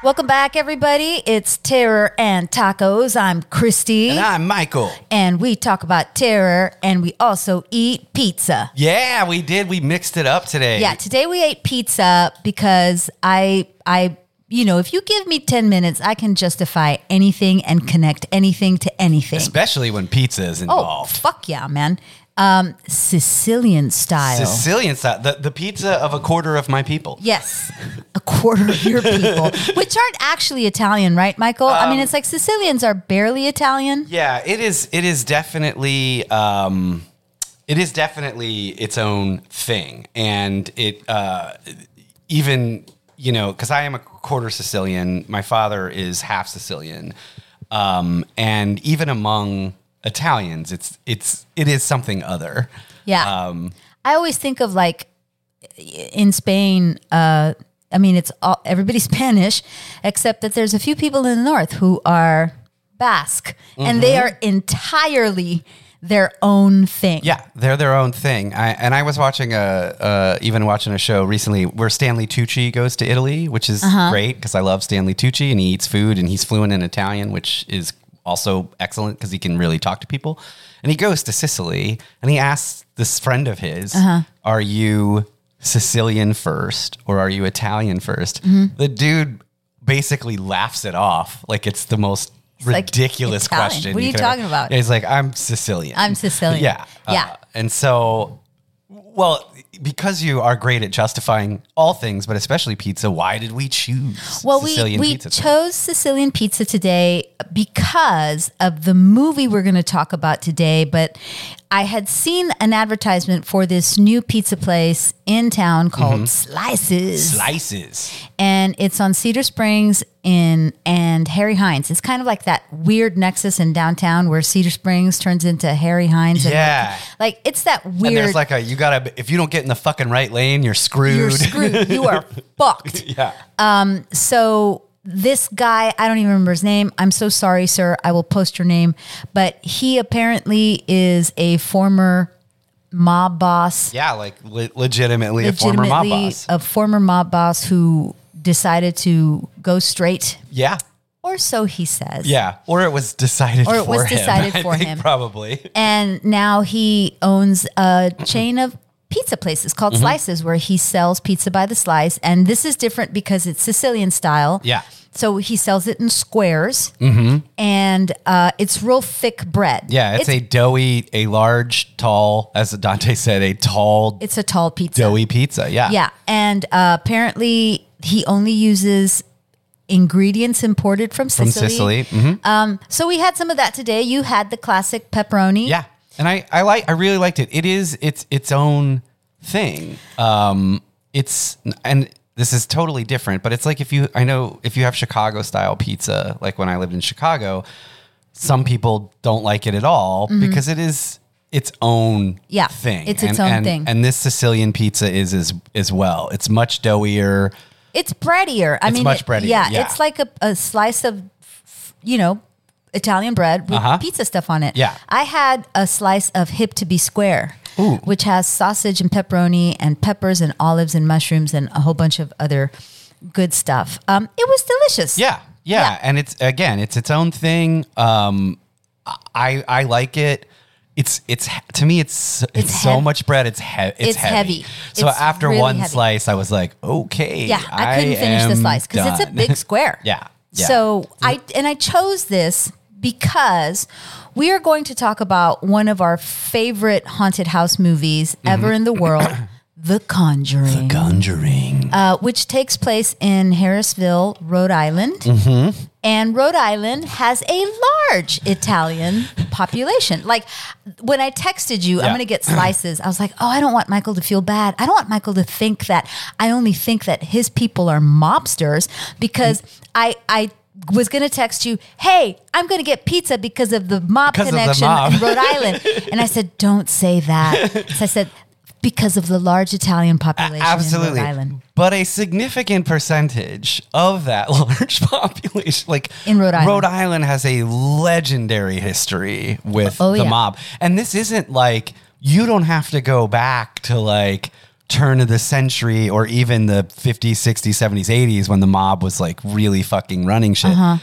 Welcome back, everybody. It's Terror and Tacos. I'm Christy, And I'm Michael. and we talk about terror, and we also eat pizza. Yeah, we did. We mixed it up today. Yeah, today we ate pizza because I I you know, if you give me 10 minutes, I can justify anything and connect anything to anything. Especially when pizza is oh, involved. fuck yeah, man. Um Sicilian style. Sicilian style. The, the pizza of a quarter of my people. yes. A quarter of your people, which aren't actually Italian, right, Michael? I Um, mean, it's like Sicilians are barely Italian. Yeah, it is it is definitely um it is definitely its own thing. And it uh even you know, because I am a quarter Sicilian, my father is half Sicilian. Um and even among Italians, it's it's it is something other. Yeah. Um I always think of like in Spain. Uh, I mean, it's all everybody's Spanish, except that there's a few people in the north who are Basque, and Mm-hmm. they are entirely their own thing. Yeah, they're their own thing. I, and I was watching a, uh, even watching a show recently where Stanley Tucci goes to Italy, which is Uh-huh. great because I love Stanley Tucci and he eats food and he's fluent in Italian, which is also excellent because he can really talk to people. And he goes to Sicily and he asks this friend of his, Uh-huh. "Are you Sicilian first or are you Italian 1st Mm-hmm. The dude basically laughs it off like it's the most like, ridiculous "Italian? question. What are you could ever- talking about? Yeah, he's like, "I'm Sicilian." I'm Sicilian. Yeah. uh, Yeah. and so, well, because you are great at justifying all things, but especially pizza, why did we choose Well, Sicilian we, we pizza? chose Sicilian pizza today because of the movie we're going to talk about today. But I had seen an advertisement for this new pizza place in town Mm-hmm. called Slices. Slices. and it's on Cedar Springs in and Harry Hines. It's kind of like that weird nexus in downtown where Cedar Springs turns into Harry Hines. and- Yeah. like it's that And weird. there's like a, you gotta, if you don't get in the fucking right lane, you're screwed. you're screwed. you are fucked. yeah. So this guy, I don't even remember his name. I'm so sorry, sir. I will post your name, but he apparently is a former mob boss Yeah. Like le- legitimately, a former mob boss. a former mob boss who decided to go straight yeah. or so he says Yeah. Or it was decided Or it for was him. decided I for think him. Probably. and now he owns a chain of pizza places called Mm-hmm. Slices, where he sells pizza by the slice. And this is different because it's Sicilian style. Yeah. Mm-hmm. So he sells it in squares, and uh, it's real thick bread. Yeah. It's, a doughy, a large, tall, as Dante said, a tall, it's a tall pizza. doughy pizza. Yeah. Yeah, and uh, apparently he only uses ingredients imported from From Sicily. Sicily. Mhm. So we had some of that today. You had the classic pepperoni. Yeah, and I I like I really liked it. It is its its own thing. Um, it's and this is totally different, but it's like if you I know if you have Chicago style pizza, like when I lived in Chicago, some people don't like it at all because it is its own Mm-hmm. Yeah, thing. it's its And- own and- thing. And this Sicilian pizza is as as well. It's much doughier. It's breadier. I It's mean, much it- breadier, Yeah, yeah. it's like a, a slice of, you know, Italian bread with Uh-huh. pizza stuff on it. Yeah. I had a slice of hip to be square, which has sausage and pepperoni and peppers and olives and mushrooms and a whole bunch of other good stuff. Um, it was delicious. Yeah, yeah, Yeah. and it's again, it's its own thing. Um, I I like it. It's it's to me, it's it's, It's so heav- much bread. It's heavy. It's, It's heavy. heavy. So It's after really one heavy. slice, I was like, okay, Yeah, I couldn't finish the am slice because it's a done. big square. Yeah, yeah. So I and I chose this because we are going to talk about one of our favorite haunted house movies Mm-hmm. ever in the world, The Conjuring, Conjuring. uh, which takes place in Harrisville, Rhode Island. Mm-hmm. And Rhode Island has a large Italian population. Like when I texted you, I'm Yeah. going to get slices. I was like, oh, I don't want Michael to feel bad. I don't want Michael to think that I only think that his people are mobsters because I, I, was going to text you, hey, I'm going to get pizza because of the mob Because of the connection mob. in Rhode Island. and I said, don't say that. So I said, because of the large Italian population in Rhode Island. Absolutely. But a significant percentage of that large population, like In Rhode Island. Rhode Island has a legendary history with Oh, the yeah. mob. And this isn't like you don't have to go back to like turn of the century or even the 50s, 60s, 70s, 80s when the mob was like really fucking running shit. Uh-huh.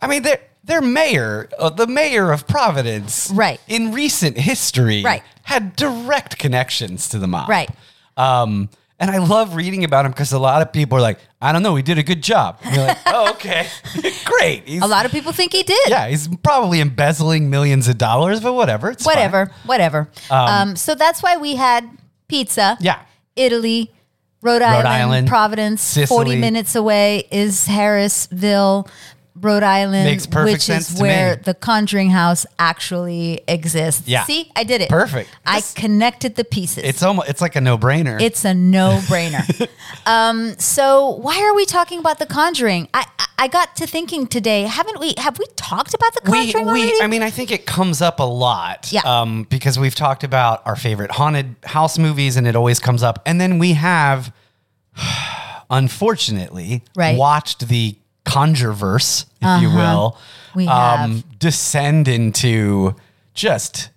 I mean, their their mayor, uh, the mayor of Providence, Right. in recent history, Right. had direct connections to the mob, Right. Um, and I love reading about him because a lot of people are like, I don't know, he did a good job. And you're like, oh, okay, great. He's, A lot of people think he did. yeah, he's probably embezzling millions of dollars, but whatever. It's fine. whatever, whatever. Um, so that's why we had pizza. Yeah. Italy, Rhode, Island, Island, Providence. Forty Sicily. minutes away is Harrisville, Rhode Island, Makes perfect which sense is to where me. the Conjuring House actually exists. Yeah. See, I did it. Perfect. I This- connected the pieces. It's almost it's like a no brainer. It's a no brainer. um, so why are we talking about The Conjuring? I, I I got to thinking today. Haven't we? Have we talked about The we, Conjuring already? we I mean I think it comes up a lot. Yeah. Um, because we've talked about our favorite haunted house movies and it always comes up. And then we have unfortunately Right. Uh-huh. watched the controverse, if you will, um, We descend into just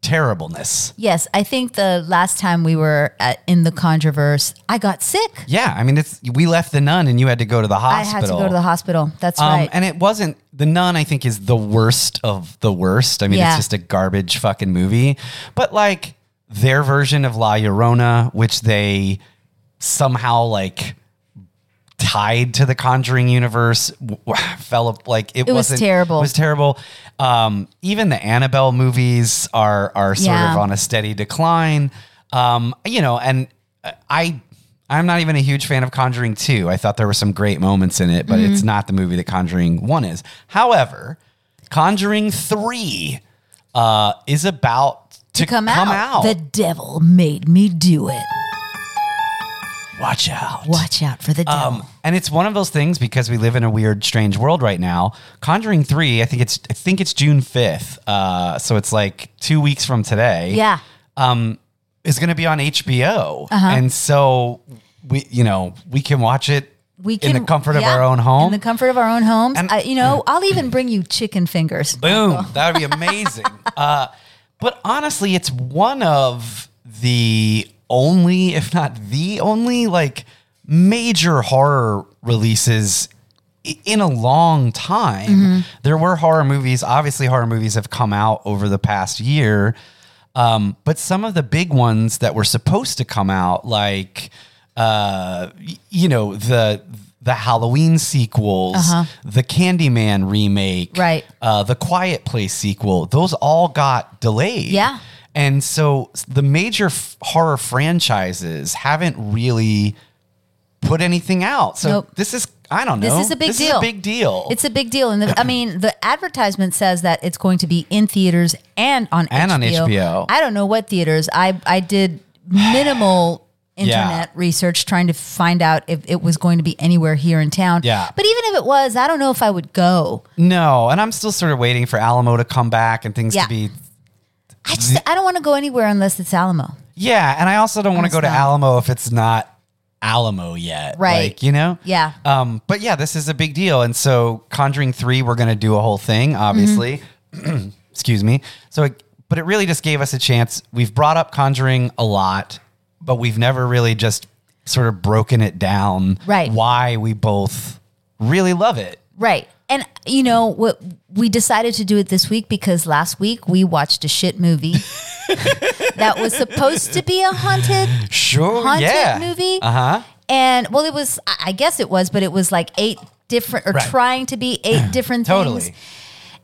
terribleness. Yes, I think the last time we were at, in the controversy, I got sick. Yeah, I mean it's we left the nun and you had to go to the I hospital. had to go to the hospital. That's Um, right. And it wasn't the nun. I think is the worst of the worst. I mean, Yeah. it's just a garbage fucking movie. But like their version of La Llorona, which they somehow like tied to the Conjuring universe, w- w- fell up like it, It was wasn't terrible. It was terrible. Um, even the Annabelle movies are are sort Yeah. of on a steady decline. Um, you know, and I I'm not even a huge fan of Conjuring 2. I thought there were some great moments in it, but Mm-hmm. it's not the movie that Conjuring 1 is. However, Conjuring 3 uh, is about to, Come, out. The devil made me do it. Watch out. Watch out for the devil. Um, and it's one of those things because we live in a weird, strange world right now. Conjuring three, I think it's, I think it's June fifth. Uh, so it's like two weeks from today. yeah. Uh-huh. is going to be on HBO, and so we, you know, we can watch it We can in the comfort of yeah, our own home. In the comfort of our own homes. And- Mm. I, you know, I'll even bring you chicken fingers. Boom. That would be amazing. uh, but honestly, it's one of the only, if not the only, like major horror releases i- in a long time. There were horror movies. Obviously, horror movies have come out over the past year. Um, but some of the big ones that were supposed to come out, like uh, y- you know the the Halloween sequels, the Candyman remake, Uh-huh. Right. uh, the Quiet Place sequel, those all got delayed. Yeah. And so s- the major f- horror franchises haven't really put anything out. So Nope. this is, I don't know. This is a big this Is deal. a big deal. It's a big deal, and the, I mean, the advertisement says that it's going to be in theaters and on And HBO. on HBO. I don't know what theaters. I I did minimal internet research trying to find out if it was going to be anywhere here in town. Yeah. but even if it was, I don't know if I would go. no. And I'm still sort of waiting for Alamo to come back and things Yeah. to be. I just I don't want to go anywhere unless it's Alamo. Yeah. And I also don't want to go to Understand. Alamo if it's not Alamo yet. Right. Like, you know? Yeah. Um, but yeah, this is a big deal. And so Conjuring 3, we're going to do a whole thing, obviously. Mm-hmm. Excuse me. So, it, but it really just gave us a chance. We've brought up Conjuring a lot, but we've never really just sort of broken it down. Right. Why we both really love it. Right. And you know what we decided to do it this week because last week we watched a shit movie that was supposed to be a haunted Sure. haunted yeah. movie. Uh huh. And well, it was, I I guess it was, but it was like eight different or Right. trying to be eight different Totally. things.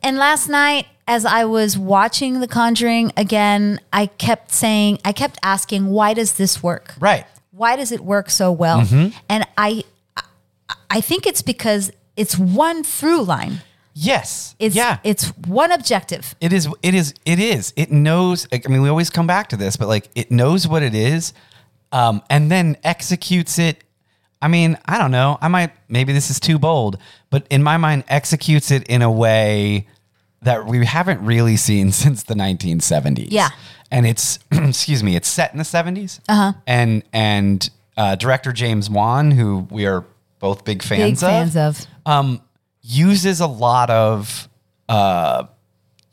And last night, as I was watching The Conjuring again, I kept saying, I kept asking, why does this work? Right. Mm-hmm. Why does it work so well? And I, I- I think it's because it's one through line. Yes. It's yeah. it's one objective. It is. It is. It is. It knows. like, I mean, we always come back to this, but like, it knows what it is, um, and then executes it. I mean, I don't know. I might. Maybe this is too bold, but in my mind, executes it in a way that we haven't really seen since the 1970s. Yeah. And it's excuse me. It's set in the 70s. Uh-huh. Uh huh. And and uh, director James Wan, who we are both big Big fans of, fans of. uses a lot of uh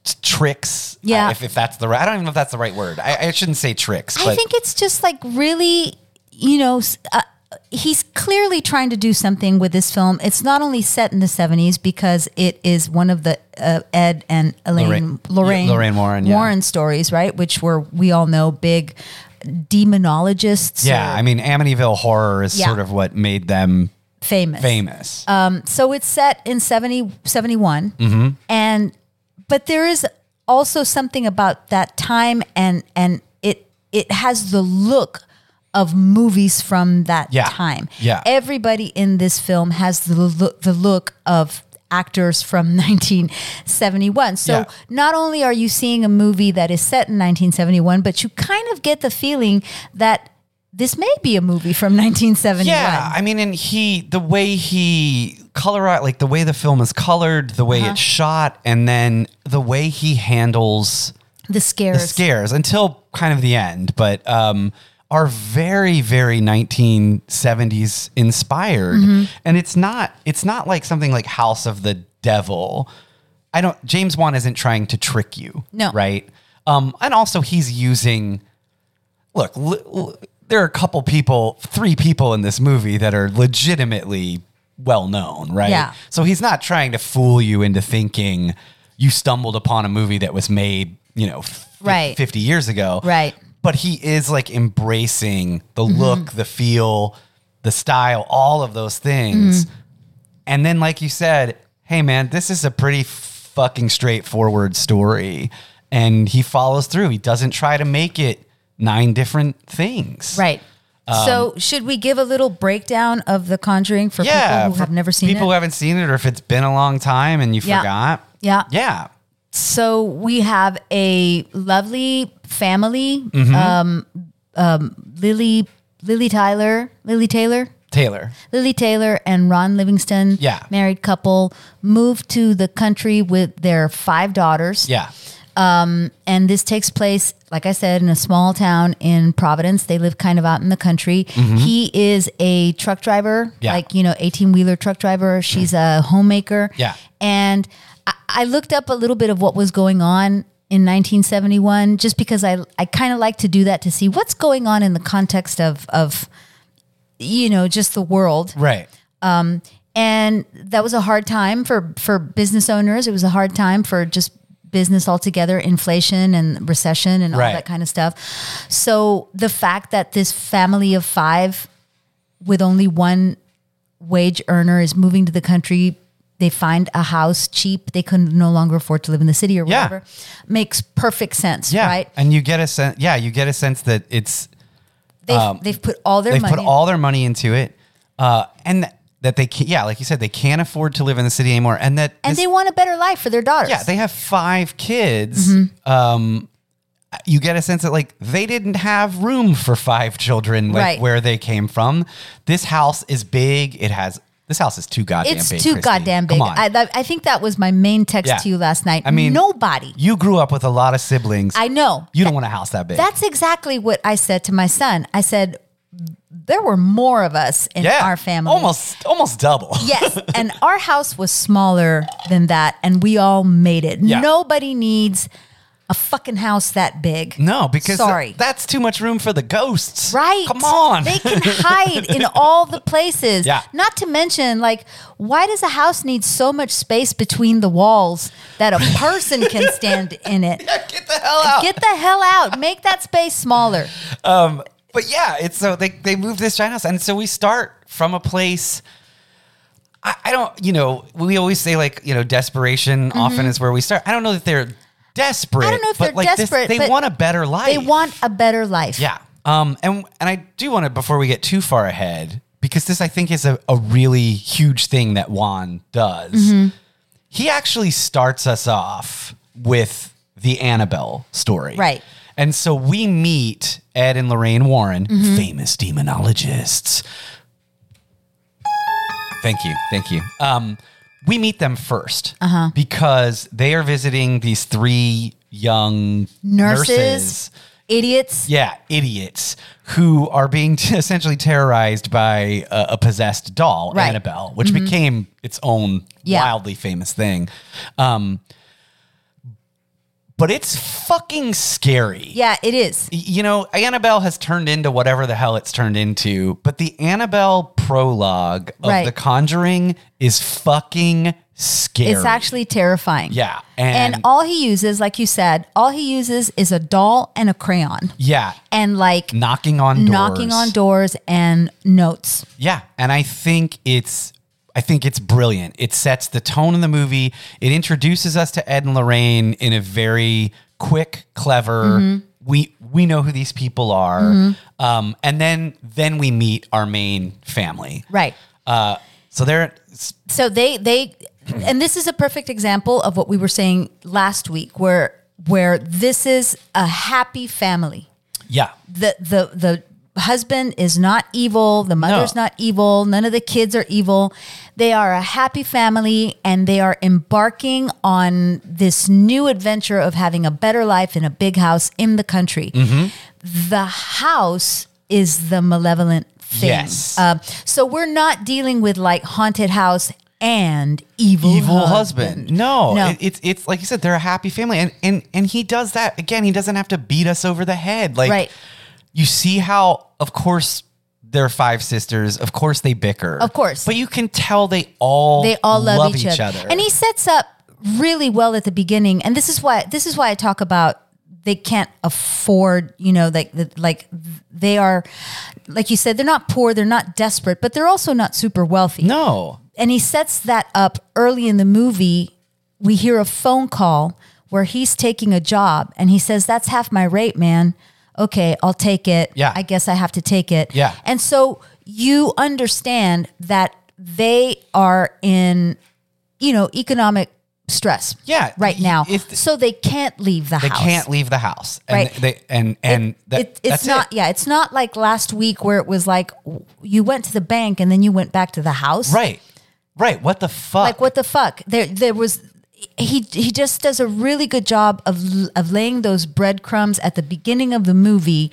t- tricks Yeah. if, if that's the right i don't even know if that's the right word i, I shouldn't say tricks I but think it's just like really you know, s- uh, he's clearly trying to do something with this film. It's not only set in the 70s because it is one of the uh, Ed and Elaine Lorraine- Lorraine, Lorraine Warren, yeah. Warren stories, right? Which were we all know big demonologists Yeah, I mean, Amityville horror is Yeah. sort of what made them famous. famous. so it's set in 70, 71 Mm-hmm. and but there is also something about that time and and it it has the look of movies from that Yeah. time Yeah. everybody in this film has the look the look of actors from 1971 so Yeah. not only are you seeing a movie that is set in 1971 but you kind of get the feeling that this may be a movie from 1971 yeah, I mean, and he, the way he color, like the way the film is colored, the way it's shot, and then the way he handles the scares the scares until kind of the end, but um, are very very 1970s inspired, Mm-hmm. and it's not it's not like something like House of the Devil. I don't. James Wan isn't trying to trick you. No. right? Um, and also he's using. Look, l- l- there are a couple people, three people in this movie that are legitimately well known, right? Yeah. So he's not trying to fool you into thinking you stumbled upon a movie that was made, you know, f- Right. 50 years ago. Right. Mm-hmm. But he is like embracing the look, the feel, the style, all of those things. Mm-hmm. And then, like you said, hey, man, this is a pretty fucking straightforward story. And he follows through. He doesn't try to make it nine different things. Right. Um, so, should we give a little breakdown of The Conjuring for Yeah. people who for have never seen People who it? haven't seen it, or if it's been a long time and you Yeah. forgot. yeah. Yeah. So, we have a lovely family, Mm-hmm. um, um, Lily, Lily Tyler, Lily Taylor, Taylor. Lily Taylor and Ron Livingston, Yeah. married couple, moved to the country with their five daughters. Yeah. and this takes place, like I said, in a small town in Providence. They live kind of out in the country. He is a truck driver, Mm-hmm. Yeah. Mm. like you know, eighteen wheeler truck driver. She's a homemaker. Yeah. and I, I looked up a little bit of what was going on. In 1971, just because I I kind of like to do that to see what's going on in the context of of you know just the world Right. and that was a hard time for for business owners. It was a hard time for just business altogether, inflation and recession and all Right. that kind of stuff. So the fact that this family of five with only one wage earner is moving to the country, they find a house cheap. They can no longer afford to live in the city or Yeah. whatever. Makes perfect sense, Yeah. right? And you get a sense. Yeah. You get a sense that it's They've, they've put all their Um, they've money. put all their money into it, uh, and th- that they can, yeah, like you said, they can't afford to live in the city anymore, and that and this- they want a better life for their daughters. yeah, they have five kids. Mm-hmm. Um, you get a sense that like they didn't have room for five children, like Right. where they came from. This house is big. It has this house is too goddamn It's big. too Christy. goddamn big. Come on. I, that- I think that was my main text Yeah. to you last night. I mean- nobody. you grew up with a lot of siblings. I know. you don't want a house that big. That's exactly what I said to my son. I said, there were more of us in yeah, our family. almost almost double. Yes. And our house was smaller than that, and we all made it. Yeah. Nobody needs a fucking house that big. No, because Sorry. that's too much room for the ghosts. Right. Come on. They can hide in all the places. Yeah. Not to mention, like, why does a house need so much space between the walls that a person can stand in it? Get the hell out. Get the hell out. Make that space smaller. but yeah, it's so they they moved this giant house, and so we start from a place. I, I don't, you know, we always say like you know, desperation often is where we start. I don't know that they're desperate. I don't Mm-hmm. know if but they're like this- desperate, they but want a better life. They want a better life. yeah. Um, and and I do want to before we get too far ahead because this I think is a, a really huge thing that Juan does. Mm-hmm. He actually starts us off with the Annabelle story, Right. And so we meet Ed and Lorraine Warren, Mm-hmm. famous demonologists. Thank you, thank you. Um, we meet them 1st Uh-huh. because they are visiting these three young Nurses. nurses Idiots. yeah, idiots who are being essentially terrorized by a, a possessed doll, Right. Mm-hmm. Annabelle, which became its own Yeah. wildly famous thing. Um, but it's fucking scary. Yeah, it is. You know, Annabelle has turned into whatever the hell it's turned into, but the Annabelle prologue of Right. The Conjuring is fucking scary. It's actually terrifying. yeah, And, and, all he uses, like you said, all he uses is a doll and a crayon yeah, and like knocking on doors. knocking on doors and notes. Yeah, and I think it's I think it's brilliant. It sets the tone of the movie. It introduces us to Ed and Lorraine in a very quick, clever. We we know who these people are, um, and then then we meet our main family. Right. Uh, so they're s- So they they and this is a perfect example of what we were saying last week where where this is a happy family. yeah The the the husband is not evil, the mother's No. not evil, none of the kids are evil. They are a happy family and they are embarking on this new adventure of having a better life in a big house in the country. Mm-hmm. The house is the malevolent thing. Yes. Um, so we're not dealing with like haunted house and evil evil husband. No, No. It, it's it's like you said, they're a happy family, and and and he does that again. He doesn't have to beat us over the head, like Right. you see how, of course. They're five sisters. Of course, they bicker. Of course. but you can tell they all they all love, each, other. And he sets up really well at the beginning. And this is why this is why I talk about they can't afford, you know, like the, like they are like you said they're not poor, they're not desperate, but they're also not super wealthy. no, And he sets that up early in the movie. We hear a phone call where he's taking a job and he says, That's half my rate, man. Okay, I'll take it. Yeah. I guess I have to take it. Yeah. And so you understand that they are in, you know, economic stress Yeah, right y- now. if- so they can't leave the they house. can't leave the house. And Right. They and and that, It, that's it's not, it. yeah, it's not like last week where it was like w- you went to the bank and then you went back to the house. right. Right. What the fuck? like what the fuck there there was he he just does a really good job of of laying those breadcrumbs at the beginning of the movie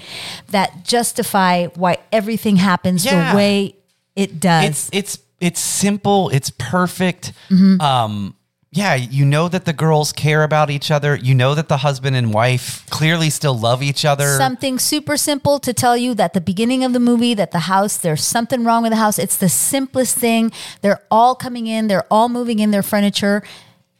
that justify why everything happens Yeah. the way it does it's it's it's simple it's perfect Mm-hmm. um yeah you know that the girls care about each other you know that the husband and wife clearly still love each other something super simple to tell you that the beginning of the movie that the house there's something wrong with the house it's the simplest thing they're all coming in they're all moving in their furniture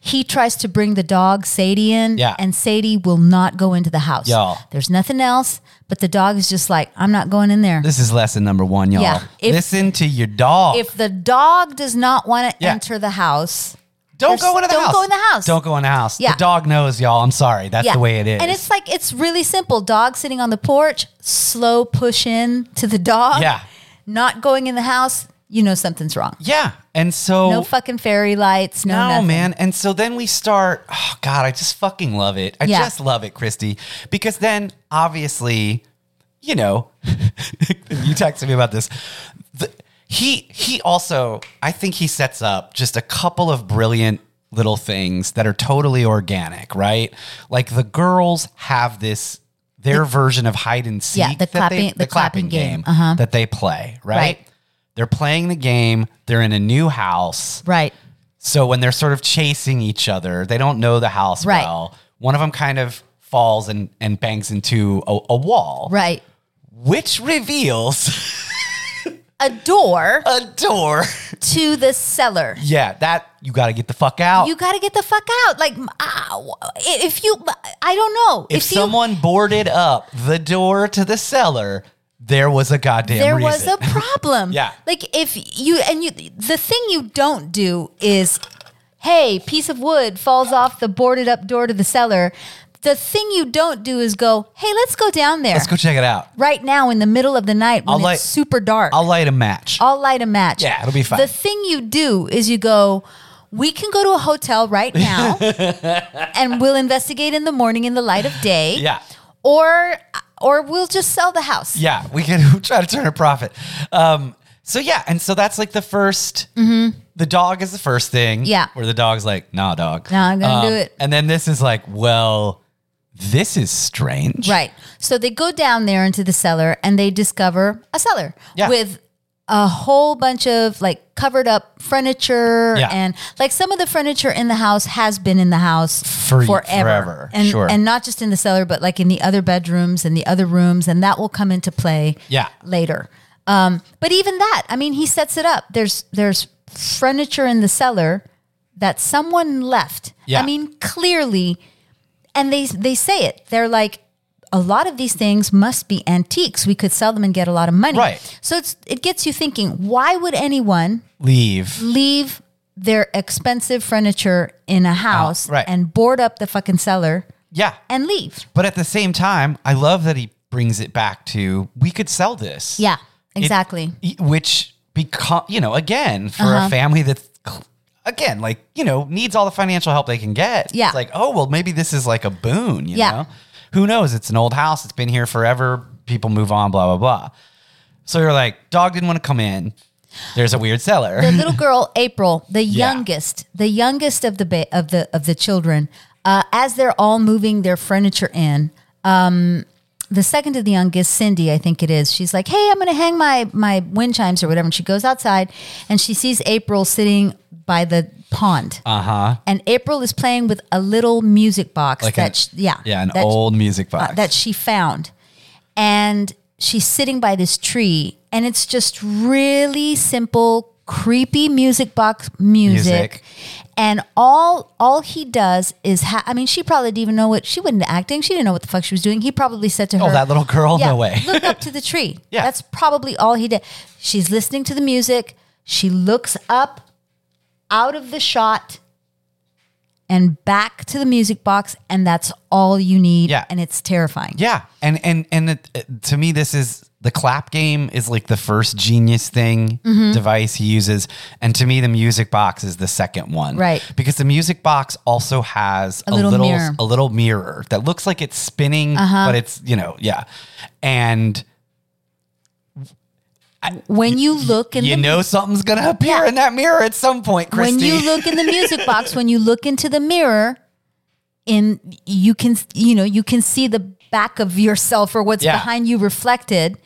he tries to bring the dog Sadie in Yeah. and Sadie will not go into the house Yeah. there's nothing else but the dog is just like I'm not going in there this is lesson number one y'all Yeah, if- listen to your dog if the dog does not want to Yeah. enter the house don't go into the don't house go in the house. don't go in the house Yeah. the dog knows y'all i'm sorry that's the way it is And it's like it's really simple. Dog sitting on the porch, slow push in to the dog. Yeah. Not going in the house, you know something's wrong. yeah and so No fucking fairy lights, no, Oh. No, nothing. man. And so then we start. Oh God, I just fucking love it. I Yeah. just love it, Christy. Because then obviously, you know, you texted me about this. The- he he also, I think he sets up just a couple of brilliant little things that are totally organic, right? Like the girls have this their version of hide and seek Yeah, the that clapping- they, the clapping game. Uh-huh. that they play, right? Right. They're playing the game. They're in a new house. Right. So when they're sort of chasing each other, they don't know the house Right. well. One of them kind of falls and, and bangs into a, a wall, Right. which reveals A door a door. to the cellar. yeah, that you got to get the fuck out. You got to get the fuck out. Like ow. if you I don't know. if you- someone boarded up the door to the cellar, there was a goddamn there reason. was a problem. Yeah. Like if you and you the thing you don't do is hey, piece of wood falls off the boarded up door to the cellar. The thing you don't do is go, "Hey, let's go down there." Let's go check it out. Right now in the middle of the night when I'll it's light- super dark. I'll light a match. I'll light a match. Yeah, it'll be fine. The thing you do is you go, we can go to a hotel right now and we'll investigate in the morning in the light of day. yeah. Or or we'll just sell the house. Yeah, we can try to turn a profit. Um, so yeah, and so that's like the 1st The dog is the first thing. Mm-hmm. Yeah. where the dog's like, "Nah, dog, Um, Nah, I'm gonna do it. And then this is like, well, this is strange, Right. So they go down there into the cellar and they discover a cellar Yeah. with a whole bunch of like covered up furniture Yeah. and like some of the furniture in the house has been in the house For- forever, and sure. and not just in the cellar but like in the other bedrooms and the other rooms and that will come into play Yeah. later um, but even that i mean he sets it up there's there's furniture in the cellar that someone left Yeah. i mean clearly and they they say it they're like a lot of these things must be antiques we could sell them and get a lot of money Right. so it's it gets you thinking why would anyone Mm. Leave. leave their expensive furniture in a house right. and board up the fucking cellar Yeah. and leave But at the same time, I love that he brings it back to we could sell this. yeah It- exactly Uh-huh. y- which become you know again for a family that's again like you know needs all the financial help they can get. Yeah. It's like oh well maybe this is like a boon. You Yeah. Know? Who knows? It's an old house. It's been here forever. People move on. Blah blah blah. So you're like dog didn't want to come in. There's a weird cellar. the little girl April, the youngest, the youngest of the ba- of the of the children, uh, as they're all moving their furniture in. Um, the second to the youngest, Cindy, I think it is. She's like, "Hey, I'm going to hang my my wind chimes or whatever." And she goes outside, and she sees April sitting by the pond. Uh huh. And April is playing with a little music box. Uh-huh. Like that an- sh- yeah, yeah, an that- old music box. uh, that she found. And she's sitting by this tree, and it's just really simple, creepy music box music. Music. And all all he does is, ha- I mean, she probably didn't even know what she wasn't acting. She didn't know what the fuck she was doing. He probably said to her, oh, that little girl. yeah, No way. look up to the tree. Yeah. That's probably all he did. She's listening to the music. She looks up out of the shot and back to the music box, and that's all you need. Yeah. And it's terrifying. Yeah, and and and it, it- to me, this is the clap game is like the first genius thing Mm-hmm. device he uses, and to me, the music box is the second one, Right. Because the music box also has a, little little, mirror. Uh-huh. a little mirror that looks like it's spinning, but it's you know yeah, and When you look in you the know something's gonna appear Yeah. in that mirror at some point, Christy. when you look in the music box, when you look into the mirror, in you can you know you can see the back of yourself or what's Yeah. behind you reflected,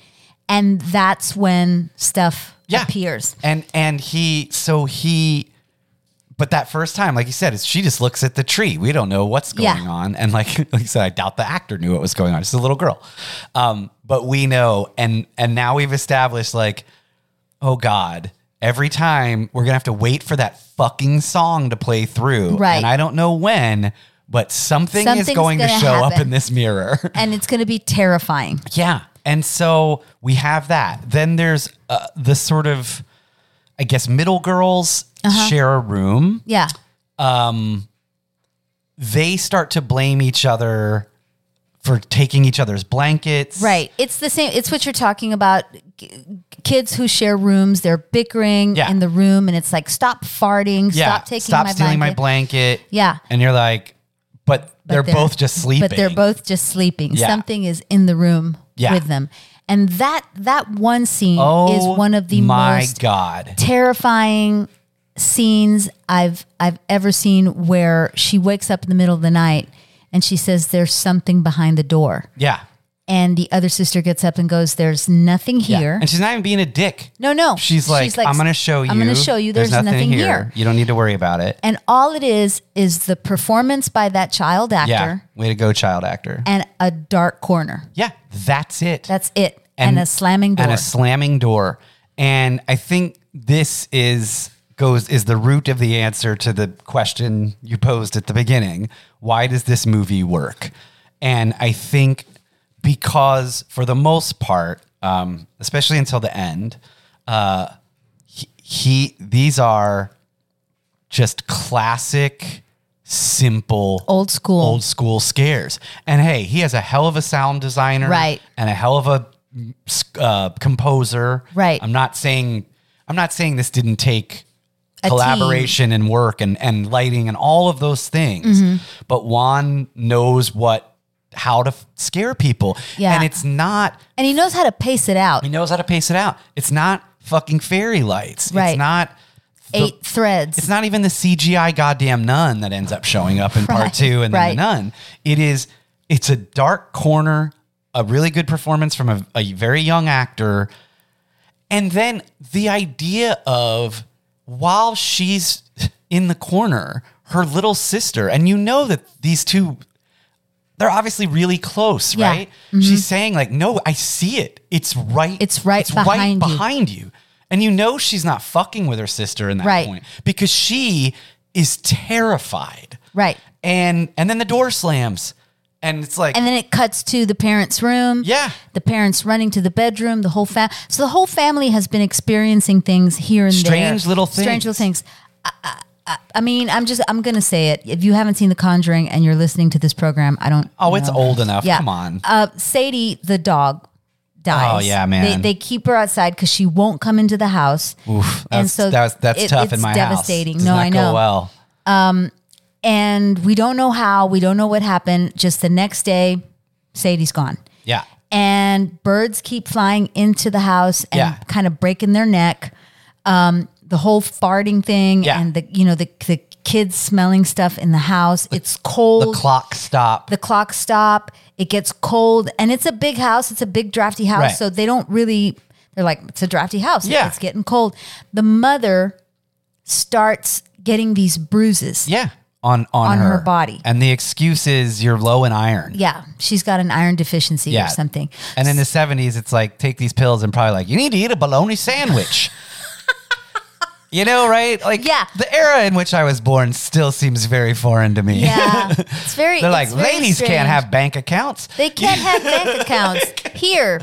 and that's when stuff Yeah. appears. And and he so he but that first time, like you said, is she just looks at the tree. We don't know what's Yeah. going on. And like like you said, I doubt the actor knew what was going on. It's a little girl. Um, but we know and and now we've established like, oh God, every time we're gonna have to wait for that fucking song to play through. Right. And I don't know when, but something Something's is going to gonna show up happen. in this mirror. And it's going to be terrifying. Yeah. And so we have that. Then there's uh, the sort of, I guess, middle girls Uh-huh. share a room. Yeah. They start to blame each other for taking each other's blankets. Right. It's the same. It's what you're talking about. G- Kids who share rooms, they're bickering Yeah. in the room, and it's like, stop farting, Yeah. stop taking Stop my stealing blanket. my blanket. Yeah. And you're like, but, they're, they're- both just sleeping. But they're both just sleeping. Yeah. Something is in the room Yeah. with them. And that that one scene Oh, is one of the my most God. terrifying scenes I've I've ever seen where she wakes up in the middle of the night and she says there's something behind the door. Yeah. And the other sister gets up and goes, There's nothing Yeah. here. And she's not even being a dick. No, no. She's like, I'm going to show you. I'm going to show you. There's, nothing, here. You don't need to worry about it. And all it is is the performance by that child actor Yeah. Way to go, child actor. and a dark corner. Yeah. That's it. That's it. And, And- a slamming door. and a slamming door. And I think this is goes is the root of the answer to the question you posed at the beginning. Why does this movie work? And I think because for the most part, um, especially until the end, uh, he, he these are just classic, simple, Old school. old school scares. And hey, he has a hell of a sound designer, Right. and a hell of a mm, s- uh, composer, Right. I'm not saying I'm not saying this didn't take A collaboration and work and and lighting and all of those things, Mm-hmm. but Juan knows what how to f- scare people, Yeah. and it's not and he knows how to pace it out. he knows how to pace it out. It's not fucking fairy lights. Right. It's not. the- Eight threads. it's not even the CGI goddamn nun that ends up showing up in part two and then right. the nun. It is it's a dark corner, a really good performance from a, a very young actor, And then the idea of while she's in the corner, her little sister, and you know that these two, they're obviously really close, Yeah. Mm-hmm. right? She's saying, like, no, I see it. It's right. It's right right behind you." behind you. And you know she's not fucking with her sister in that Right. point because she is terrified. Right. And and then the door slams. And it's like And then it cuts to the parents' room. Yeah. The parents running to the bedroom, the whole family. So the whole family has been experiencing things here and there. Strange little Strange things. little things. I- I- I- I mean, I'm just, I'm going to say it. If you haven't seen The Conjuring and you're listening to this program, I don't. Oh, it's know. old enough. Come on. Uh, Sadie, the dog, dies. Oh, yeah, man. They, they keep her outside because she won't come into the house. Oof, And that's, so that's, that's it- tough it's in my devastating. house. Does No, not I Go know. well, And we don't know how, we don't know what happened. Just the next day, Sadie's gone. yeah. and birds keep flying into the house and Yeah. kind of breaking their neck. Um, the whole farting thing Yeah. and the you know the the kids smelling stuff in the house. it's cold. The clock stop. The clock stop. It gets cold, and it's a big house. It's a big drafty house, Right. so they don't really. They're like, it's a drafty house. Yeah. it's getting cold. The mother starts getting these bruises. yeah, on on, On her body. And the excuse is you're low in iron. Yeah, she's got an iron deficiency Yeah. or something. And in the '70s, it's like take these pills and probably like you need to eat a bologna sandwich. you know, right? Like, Yeah. The era in which I was born still seems very foreign to me. Yeah, it's very. They're like it's very ladies can't strange. have bank accounts. They can't have bank accounts. Here,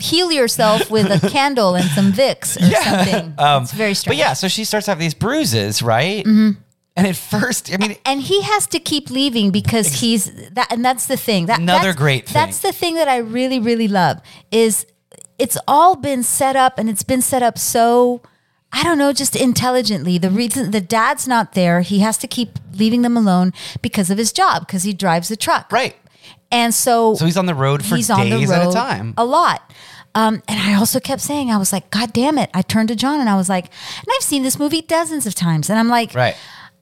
heal yourself with a candle and some Vicks or something. it's very strange. Um, But yeah, so she starts to have these bruises, right? Mm-hmm. And at first, I mean, And he has to keep leaving because he's that, and that's the thing. That, Another that's- great thing. That's the thing that I really, really love is it's all been set up, and it's been set up so I don't know, just intelligently. The reason the dad's not there, he has to keep leaving them alone because of his job, because he drives the truck, right? And so, So he's on the road for he's days on the road Oh, at a time. a lot. Um, and I also kept saying, I was like, God damn it. I turned to John and I was like, and I've seen this movie dozens of times. And I'm like, Right.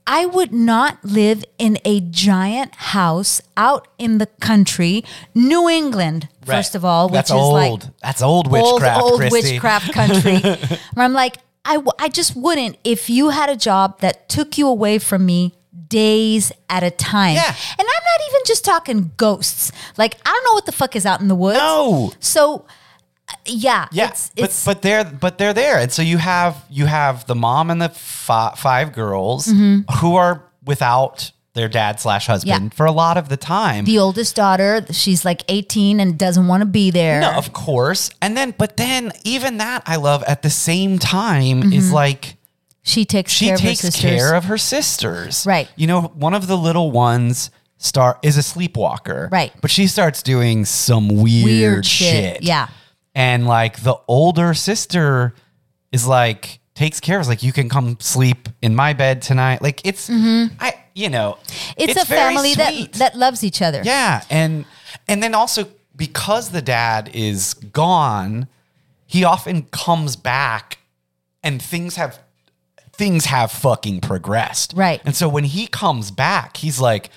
I would not live in a giant house out in the country, New England, Right. first of all, which that's is old. like that's old witchcraft, old, old Christy. witchcraft country. where I'm like, I, w- I just wouldn't if you had a job that took you away from me days at a time. Yeah. And I'm not even just talking ghosts. Like, I don't know what the fuck is out in the woods. No. So, uh, yeah. Yeah, It's, it's, but but they're but they're there, and so you have you have the mom and the fi- five girls who are without their dad slash husband Mm-hmm. Yeah. for a lot of the time. the oldest daughter, she's like 18 and doesn't want to be there. no, of course, and then but then even that I love at the same time is like She takes she Mm-hmm. care takes of her sisters. care of her sisters. Right. You know, one of the little ones star is a sleepwalker. Right. But she starts doing some weird, Weird shit. shit. Yeah. And like the older sister is like takes care of us. like you can come sleep in my bed tonight. Like it's I you know Mm-hmm. It's, a very family sweet. that, that loves each other. Yeah, and and then also because the dad is gone, he often comes back, and things have things have fucking progressed. Right. And so when he comes back, he's like,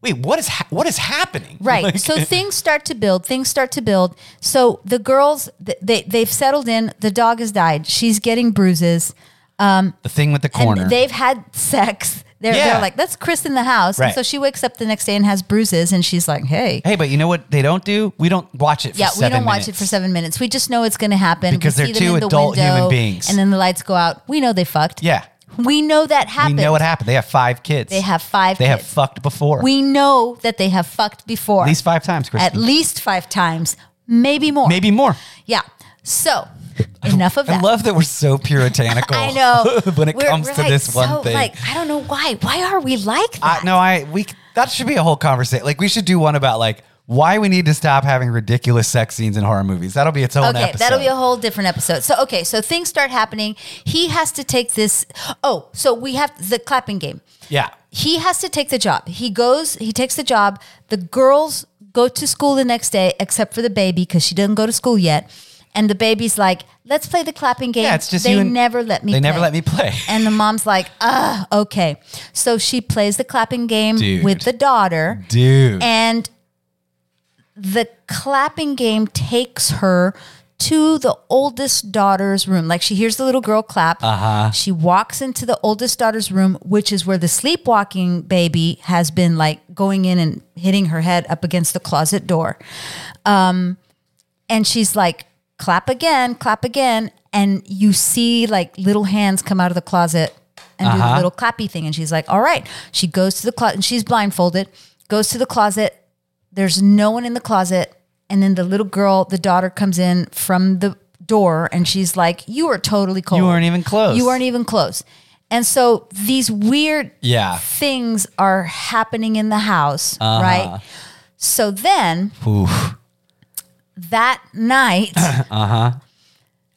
"Wait, what is ha- what is happening?" Right. Like, so things start to build. Things start to build. So the girls, th- they they've settled in. The dog has died. She's getting bruises. the thing with the And corner. they've had sex. They're, Yeah. they're like, that's Chris in the house. And Right. so she wakes up the next day and has bruises, and she's like, hey. hey, but you know what they don't do? We don't watch it. For Yeah, we seven don't watch it minutes. for seven minutes. We just know it's going to happen We Because they're see them two in the adult human window, beings. And then the lights go out. We know they fucked. Yeah, We know that happened. we know what happened. They have five kids. They have five. They have kids. fucked before. we know that they have fucked before. at least five times, Christy. At least five times, maybe more. Maybe more. Yeah. So enough of I that. love that we're so puritanical. I know. when it We're- comes we're to like this one so, thing. Like, I don't know why. Why are we like I, that? no, I we that should be a whole conversation. Like we should do one about like why we need to stop having ridiculous sex scenes in horror movies. That'll be its own Okay, episode. that'll be a whole different episode. So, okay, so things start happening. He has to take this. Oh, so we have the clapping game. yeah. He has to take the job. He goes, he takes the job. The girls go to school the next day, except for the baby, because she doesn't go to school yet. And the baby's like, let's play the clapping game. Yeah, it's just they you and- never let me They play. never let me play. And the mom's like, ah, okay. So she plays the clapping game Dude. with the daughter. Dude. And the clapping game takes her to the oldest daughter's room. Like she hears the little girl clap. Uh-huh. She walks into the oldest daughter's room, which is where the sleepwalking baby has been like going in and hitting her head up against the closet door. Um, and she's like, clap again, clap again. And you see like little hands come out of the closet and do Uh-huh. the little clappy thing. And she's like, all right. She goes to the closet and she's blindfolded, goes to the closet, there's no one in the closet and then the little girl the daughter comes in from the door and she's like you are totally cold You weren't even close. you weren't even close and so these weird Yeah. Uh-huh. things are happening in the house right so then Oof. that night Uh-huh.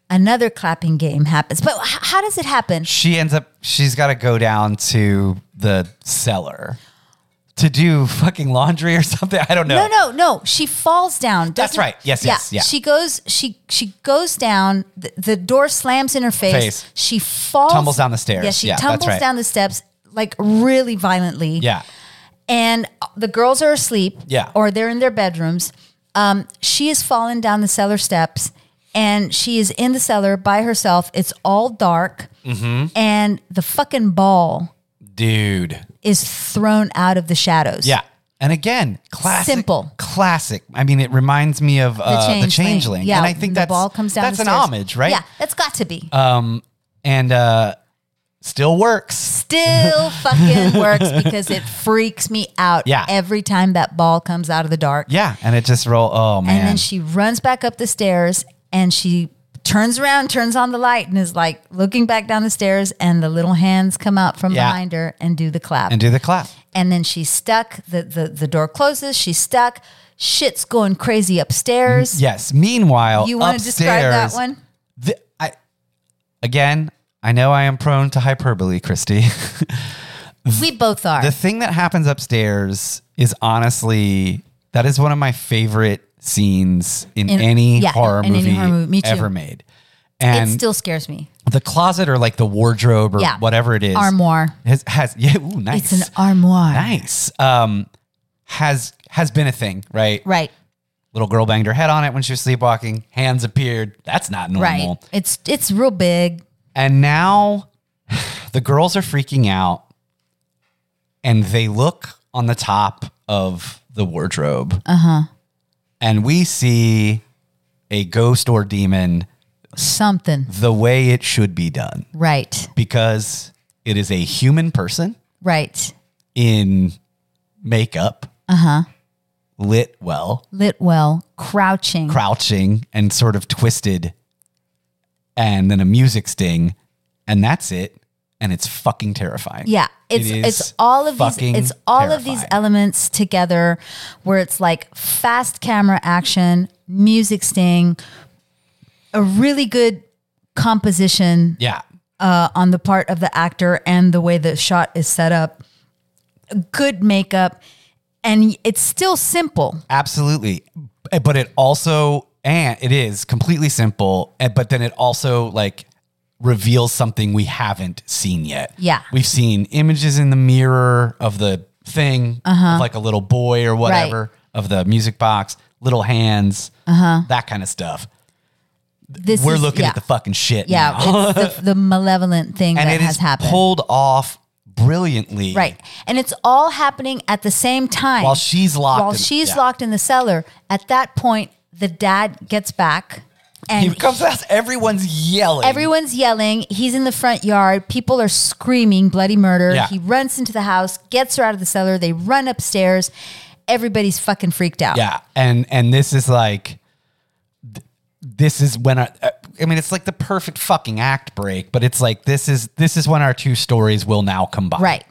another clapping game happens but h- how does it happen She ends up. She's got to go down to the cellar to do fucking laundry or something. I don't know. No, no, no. She falls down. That's doesn't- right. Yes, yes, yeah. She goes. She she goes down. The, the door slams in her face. Face. She falls. Tumbles down the stairs. Yeah, she Yeah, that's tumbles right. down the steps like really violently. Yeah. And the girls are asleep. Yeah. Or they're in their bedrooms. Um, she has fallen down the cellar steps, and she is in the cellar by herself. It's all dark, Mm-hmm. and the fucking ball Dude. is thrown out of the shadows. Yeah. And again, classic. Simple. Classic. I mean, it reminds me of uh, the, changeling. changeling. Yeah, And I think the that's, ball comes down. that's the an stairs. homage, right? Uh, Yeah, that's got to be. And uh, still works. Still fucking works because it freaks me out. Yeah. every time that ball comes out of the dark. Yeah. And it just roll. Oh, man. and then she runs back up the stairs and she turns around, turns on the light, and is like looking back down the stairs. And the little hands come out from Yeah. behind her and do the clap. and And, do the clap. then she's stuck. The, the the door closes. She's stuck. Shit's going crazy upstairs. Yes. Meanwhile, You want to describe that Mm, upstairs- one? The, I again, I know I am prone to hyperbole, Christy. We both are. the thing that happens upstairs is honestly that is one of my favorite scenes in, In- any, yeah, horror in any movie horror movie. Me too. ever made. it And still scares me. the closet or like the wardrobe or Yeah. whatever it is Armoire. has, has yeah, ooh, nice. It's an armoire. nice. Um has has been a thing, right? Right. Little girl banged her head on it when she was sleepwalking, hands appeared. That's not Right. normal. It's it's real big. And now the girls are freaking out and they look on the top of the wardrobe. Uh huh. And we see a ghost or demon Something. the way it should be done Right. because it is a human person Right. in makeup. Uh huh. Lit well, Lit well, crouching. crouching and sort of twisted, and then a music sting, and that's it. And it's fucking terrifying. Yeah, It it's is it's all of these fucking it's all of these terrifying. elements together where it's like fast camera action, music sting, a really good composition Yeah. uh, on the part of the actor and the way the shot is set up, good makeup, and it's still simple. Absolutely. B- But it also and it is completely simple, and- but then it also like reveals something we haven't seen yet. Yeah. We've seen images in the mirror of the thing, Uh-huh. of like a little boy or whatever, of the music box, little hands, that kind of stuff. This We're is- Uh-huh. looking yeah. at the fucking shit. now. Yeah, it's the, the malevolent thing and that it has is happened. pulled off brilliantly. right, and it's all happening at the same time While she's locked. while in- she's yeah. locked in the cellar. At that point, the dad gets back He and comes out, everyone's yelling. everyone's yelling. He's in the front yard. People are screaming bloody murder. Yeah. He runs into the house, gets her out of the cellar. They run upstairs. Everybody's fucking freaked out. Yeah, and and this is like, th- this is when I, uh, I mean, it's like the perfect fucking act break, but it's like this is this is when our two stories will now combine. Right.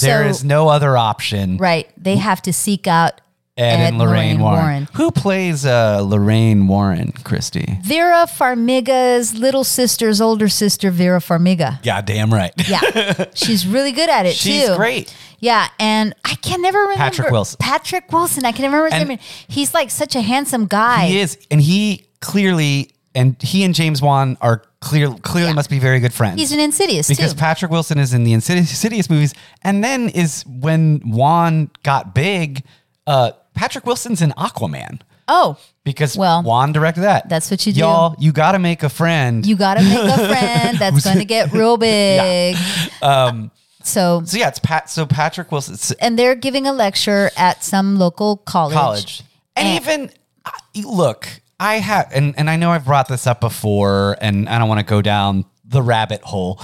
There is no other option. right. They have to seek out Ed, and Ed, Lorraine, Lorraine Warren. Warren. Who plays uh, Lorraine Warren, Christy? Vera Farmiga's little sister's older sister, Vera Farmiga. God damn right. Yeah. She's really good at it She's too. great. Yeah, and I can never remember Patrick Wilson. Patrick Wilson. I can never remember. And- his name. He's like such a handsome guy. He is, and he clearly, and he and James Wan are clear, clearly must be very good friends. He's an insidious because too. Patrick Wilson is in the Insidious, Insidious movies, and then is when Juan got big. Uh, Patrick Wilson's in Aquaman. Oh, because Well, Juan directed that. that's what you do. Y'all, you got to make a friend. you got to make a friend that's going to get real big. Um, so, so yeah, it's Pat. So Patrick Wilson it's and they're giving a lecture at some local college. college, and, And- even I- look, I have, and and I know I've brought this up before, and I don't want to go down the rabbit hole.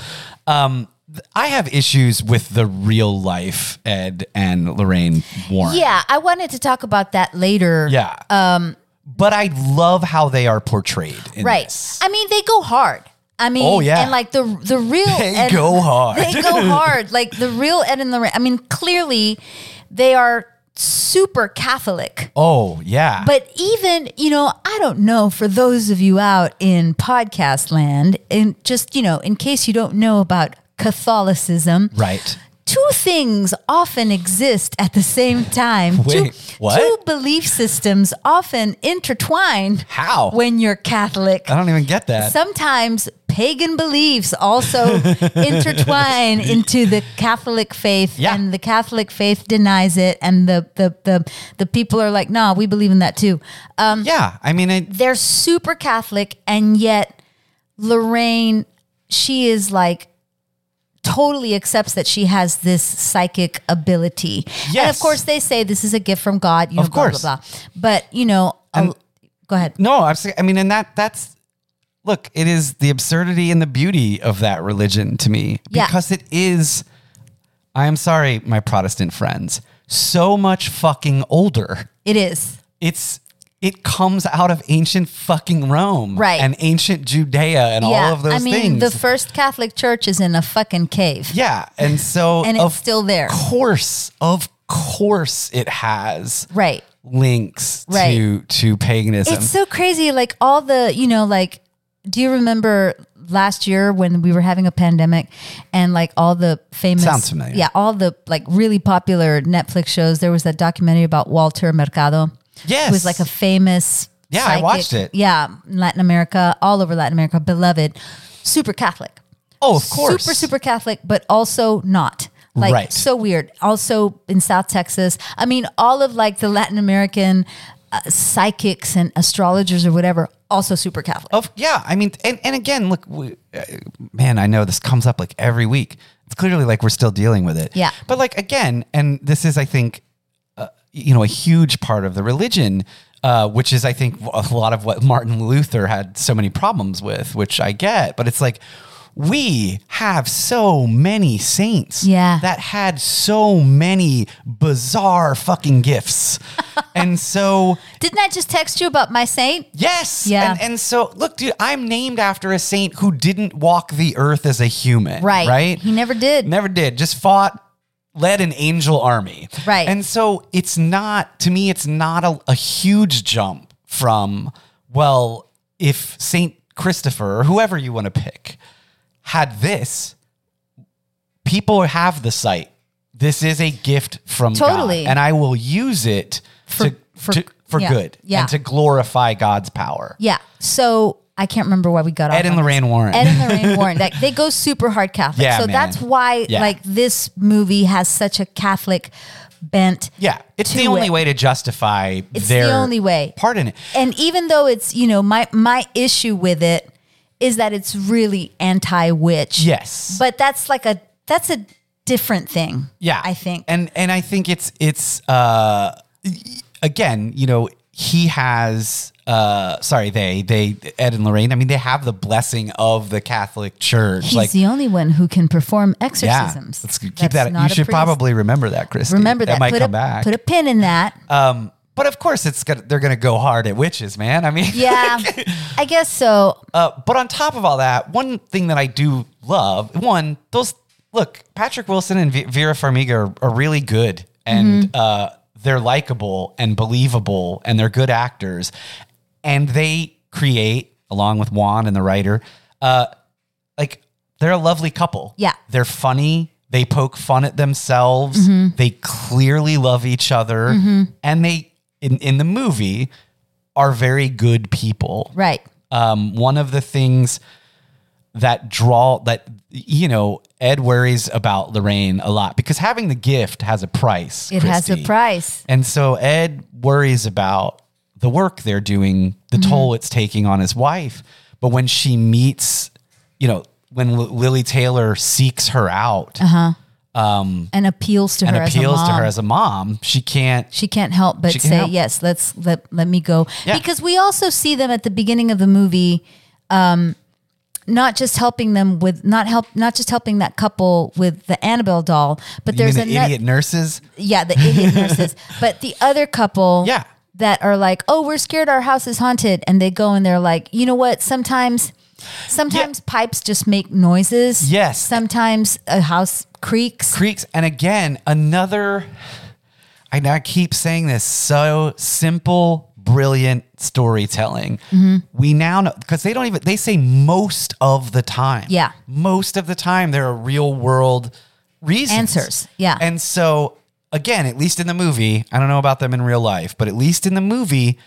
Um, th- I have issues with the real life Ed and Lorraine Warren. Yeah, I wanted to talk about that later. Yeah. Um, but I love how they are portrayed. In Right. This. I mean, they go hard. I mean, Oh, yeah. and like the the real They Ed- go hard. They go hard. Like the real Ed and Lorraine. I mean, clearly they are super Catholic. Oh yeah. But even, you know, I don't know for those of you out in podcast land, and just, you know, in case you don't know about Catholicism, right. two things often exist at the same time. Wait, two, what? two belief systems often intertwine How? Uh, when you're Catholic. I don't even get that. Sometimes pagan beliefs also intertwine into the Catholic faith, Yeah. and the Catholic faith denies it, and the the the, the people are like, "No, we believe in that too." yeah. I mean, it, They're super Catholic, and yet Lorraine, she is like totally accepts that she has this psychic ability. And Yes. of course, they say this is a gift from God. You know, Of course. blah, blah blah. But you know, a- go ahead. no. I'm. saying- I mean, and that that's. Look, it is the absurdity and the beauty of that religion to me Yeah. because it is. I am sorry, my Protestant friends. So much fucking older. It is. It's it comes out of ancient fucking Rome, Right. And ancient Judea and all of those I mean, things. the first Catholic church is in a fucking cave. yeah, and so And it's of still there. course, of course, it has Right. links Right. to to paganism. It's so crazy. Like all the, you know, like, do you remember last year when we were having a pandemic and like all the famous, Sounds familiar. Yeah. All the like really popular Netflix shows. There was that documentary about Walter Mercado. yes, Who was like a famous. Yeah, I watched it. Yeah. Latin America, all over Latin America, beloved, super Catholic. oh, of course, super super catholic but also not like Right. so weird also in south texas i mean all of like the latin american uh, psychics and astrologers or whatever also super catholic Of yeah, I mean, and and again, look, we, uh, man, I know this comes up like every week. It's clearly like we're still dealing with it. Yeah. but like again, and this is, I think, uh, you know, a huge part of the religion. Uh, which is, I think, a lot of what Martin Luther had so many problems with, which I get. But it's like we have so many saints Yeah. that had so many bizarre fucking gifts, and so didn't i just text you about my saint Yes. Yeah. And, and so, look, dude, I'm named after a saint who didn't walk the earth as a human. Right. Right. He never did. Never did. Just fought, led an angel army. Right. And so, it's not, to me, it's not a, a huge jump from, well, if Saint Christopher or whoever you want to pick had this, people have the sight. This is a gift from God, Totally. and I will use it For- to, for- to- for yeah, good yeah. and to glorify God's power. yeah so i can't remember why we got off Ed and on Lorraine Warren. Ed and Lorraine Warren. Like they go super hard Catholic. Yeah, so man. that's why Yeah. like this movie has such a Catholic bent. yeah, it's to the only it. way to justify It's their the only way. part in it. and even though it's you know my my issue with it is that it's really anti witch. Yes. But that's like a that's a different thing. yeah, I think. and and I think it's it's uh, again, you know, he has. Uh, sorry, they they Ed and Lorraine. I mean, they have the blessing of the Catholic Church. He's like, the only one who can perform yeah, exorcisms. let's keep That's that. not You a should priest. probably remember that, Christy. remember that. That might put a, come back. Put a pin in that. um, but of course, it's gonna, they're going to go hard at witches, man. I mean, yeah, I guess so. Uh, but on top of all that, one thing that I do love, one, those look, Patrick Wilson and v- Vera Farmiga are, are really good and uh, they're likable and believable and they're good actors. And they create, along with Juan and the writer, uh, like they're a lovely couple. Yeah. They're funny. They poke fun at themselves. They clearly love each other. And they, in, in the movie, are very good people Right. um, one of the things that draw that you know Ed worries about Lorraine a lot because having the gift has a price. It has a Christy. price. and so Ed worries about the work they're doing, the Mm-hmm. toll it's taking on his wife. But when she meets, you know, when L- Lily Taylor seeks her out and appeals to and Uh-huh. her appeals as a to mom. her as a mom, she can't. she can't help but She can't say help. yes let's let, let me go Yeah. because we also see them at the beginning of the movie um, not just helping them with not help not just helping that couple with the annabelle doll but You mean there's the ano- idiot nurses? yeah the idiot nurses but the other couple Yeah. that are like oh we're scared our house is haunted and they go and they're like you know what sometimes sometimes pipes just make noises Yes. sometimes a house creaks creeks and again another i now keep saying this so simple brilliant storytelling we now know because they don't even they say most of the time Yeah. most of the time there are real world reasons Answers, yeah. and so again at least in the movie i don't know about them in real life but at least in the movie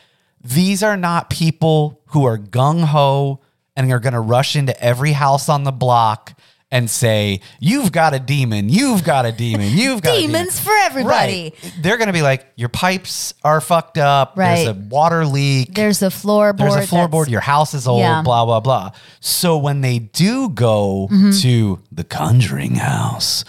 these are not people who are gung-ho and are going to rush into every house on the block and say you've got a demon you've got a demon you've got a demon." Demons for everybody. Right. they're going to be like your pipes are fucked up Right. there's a water leak there's a floorboard there's a that's- floorboard your house is old Yeah. blah blah blah so when they do go Mm-hmm. to the conjuring house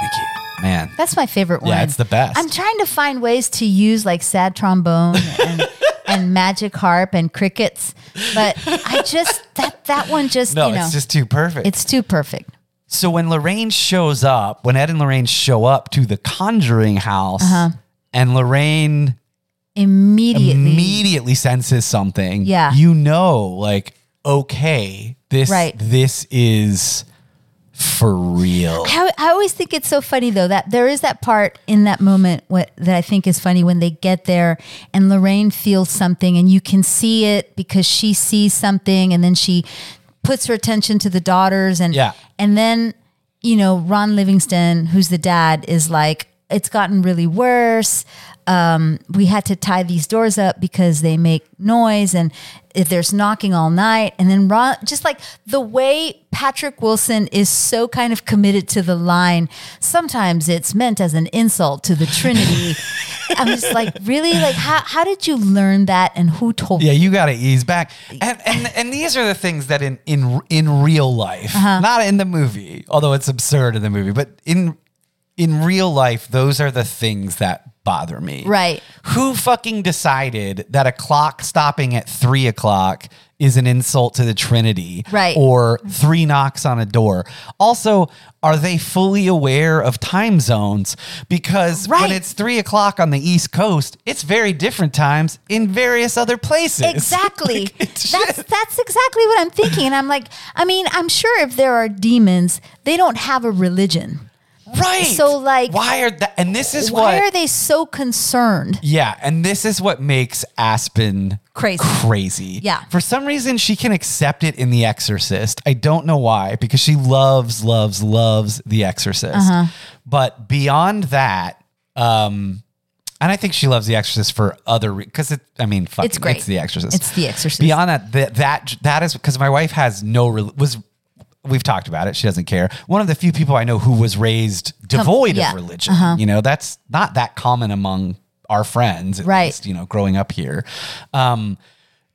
thank you man That's my favorite one. Yeah, it's the best. I'm trying to find ways to use like sad trombone and, and magic harp and crickets, but I just that that one just no you know it's just too perfect it's too perfect. So when Lorraine shows up, when Ed and Lorraine show up to the Conjuring house, Uh-huh. and Lorraine Immediately, immediately senses something, Yeah. you know, like okay, this Right. this is for real. I, I always think it's so funny though that there is that part in that moment what, that I think is funny when they get there and Lorraine feels something and you can see it because she sees something and then she puts her attention to the daughters and Yeah. and then you know Ron Livingston who's the dad is like it's gotten really worse um, we had to tie these doors up because they make noise and if there's knocking all night and then Ron just like the way Patrick Wilson is so kind of committed to the line sometimes it's meant as an insult to the trinity I'm just like really like how, how did you learn that and who told Yeah, you got to ease back. And, and and these are the things that in in in real life, Uh-huh. not in the movie, although it's absurd in the movie, but in in real life, those are the things that bother me. Right. Who fucking decided that a clock stopping at three o'clock is an insult to the Trinity? Right. Or three knocks on a door. Also, are they fully aware of time zones? Because Right. when it's three o'clock on the East Coast, it's very different times in various other places. Exactly. Like, it's that's shit. that's exactly what I'm thinking. And I'm like, I mean, I'm sure if there are demons, they don't have a religion. right. so, like, why are that? And this is Why what. are they so concerned? yeah, and this is what makes Aspen Crazy. Crazy. Yeah. For some reason, she can accept it in The Exorcist. I don't know why, because she loves, loves, loves The Exorcist. Uh-huh. But beyond that, um, and I think she loves The Exorcist for other because it. I mean, fuck, It's great. It's The Exorcist. It's The Exorcist. Beyond that, that that that is because my wife has no rel- was. We've talked about it. She doesn't care. One of the few people I know who was raised devoid yeah. of religion. Uh-huh. You know, that's not that common among our friends, at Right. least, you know, growing up here. Um,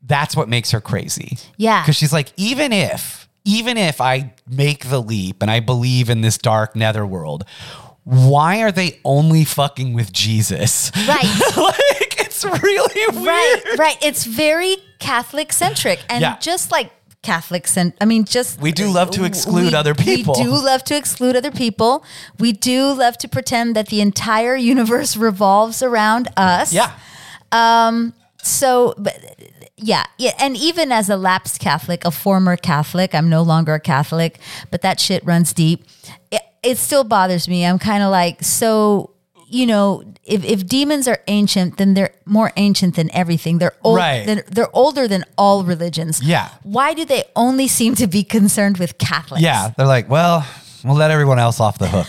that's what makes her crazy. Yeah. Because she's like, even if, even if I make the leap and I believe in this dark netherworld, why are they only fucking with Jesus? Right. like, it's really weird. right. Right. It's very Catholic centric. And Yeah. just like Catholics and I mean just We do love to exclude we- other people. We do love to exclude other people. We do love to pretend that the entire universe revolves around us. Yeah. so but yeah yeah and even as a lapsed catholic a former catholic i'm no longer a catholic but that shit runs deep it, it still bothers me i'm kind of like so you know if, if demons are ancient then they're more ancient than everything they're old Right. they're, they're older than all religions Yeah. why do they only seem to be concerned with catholics Yeah, they're like, well, we'll let everyone else off the hook.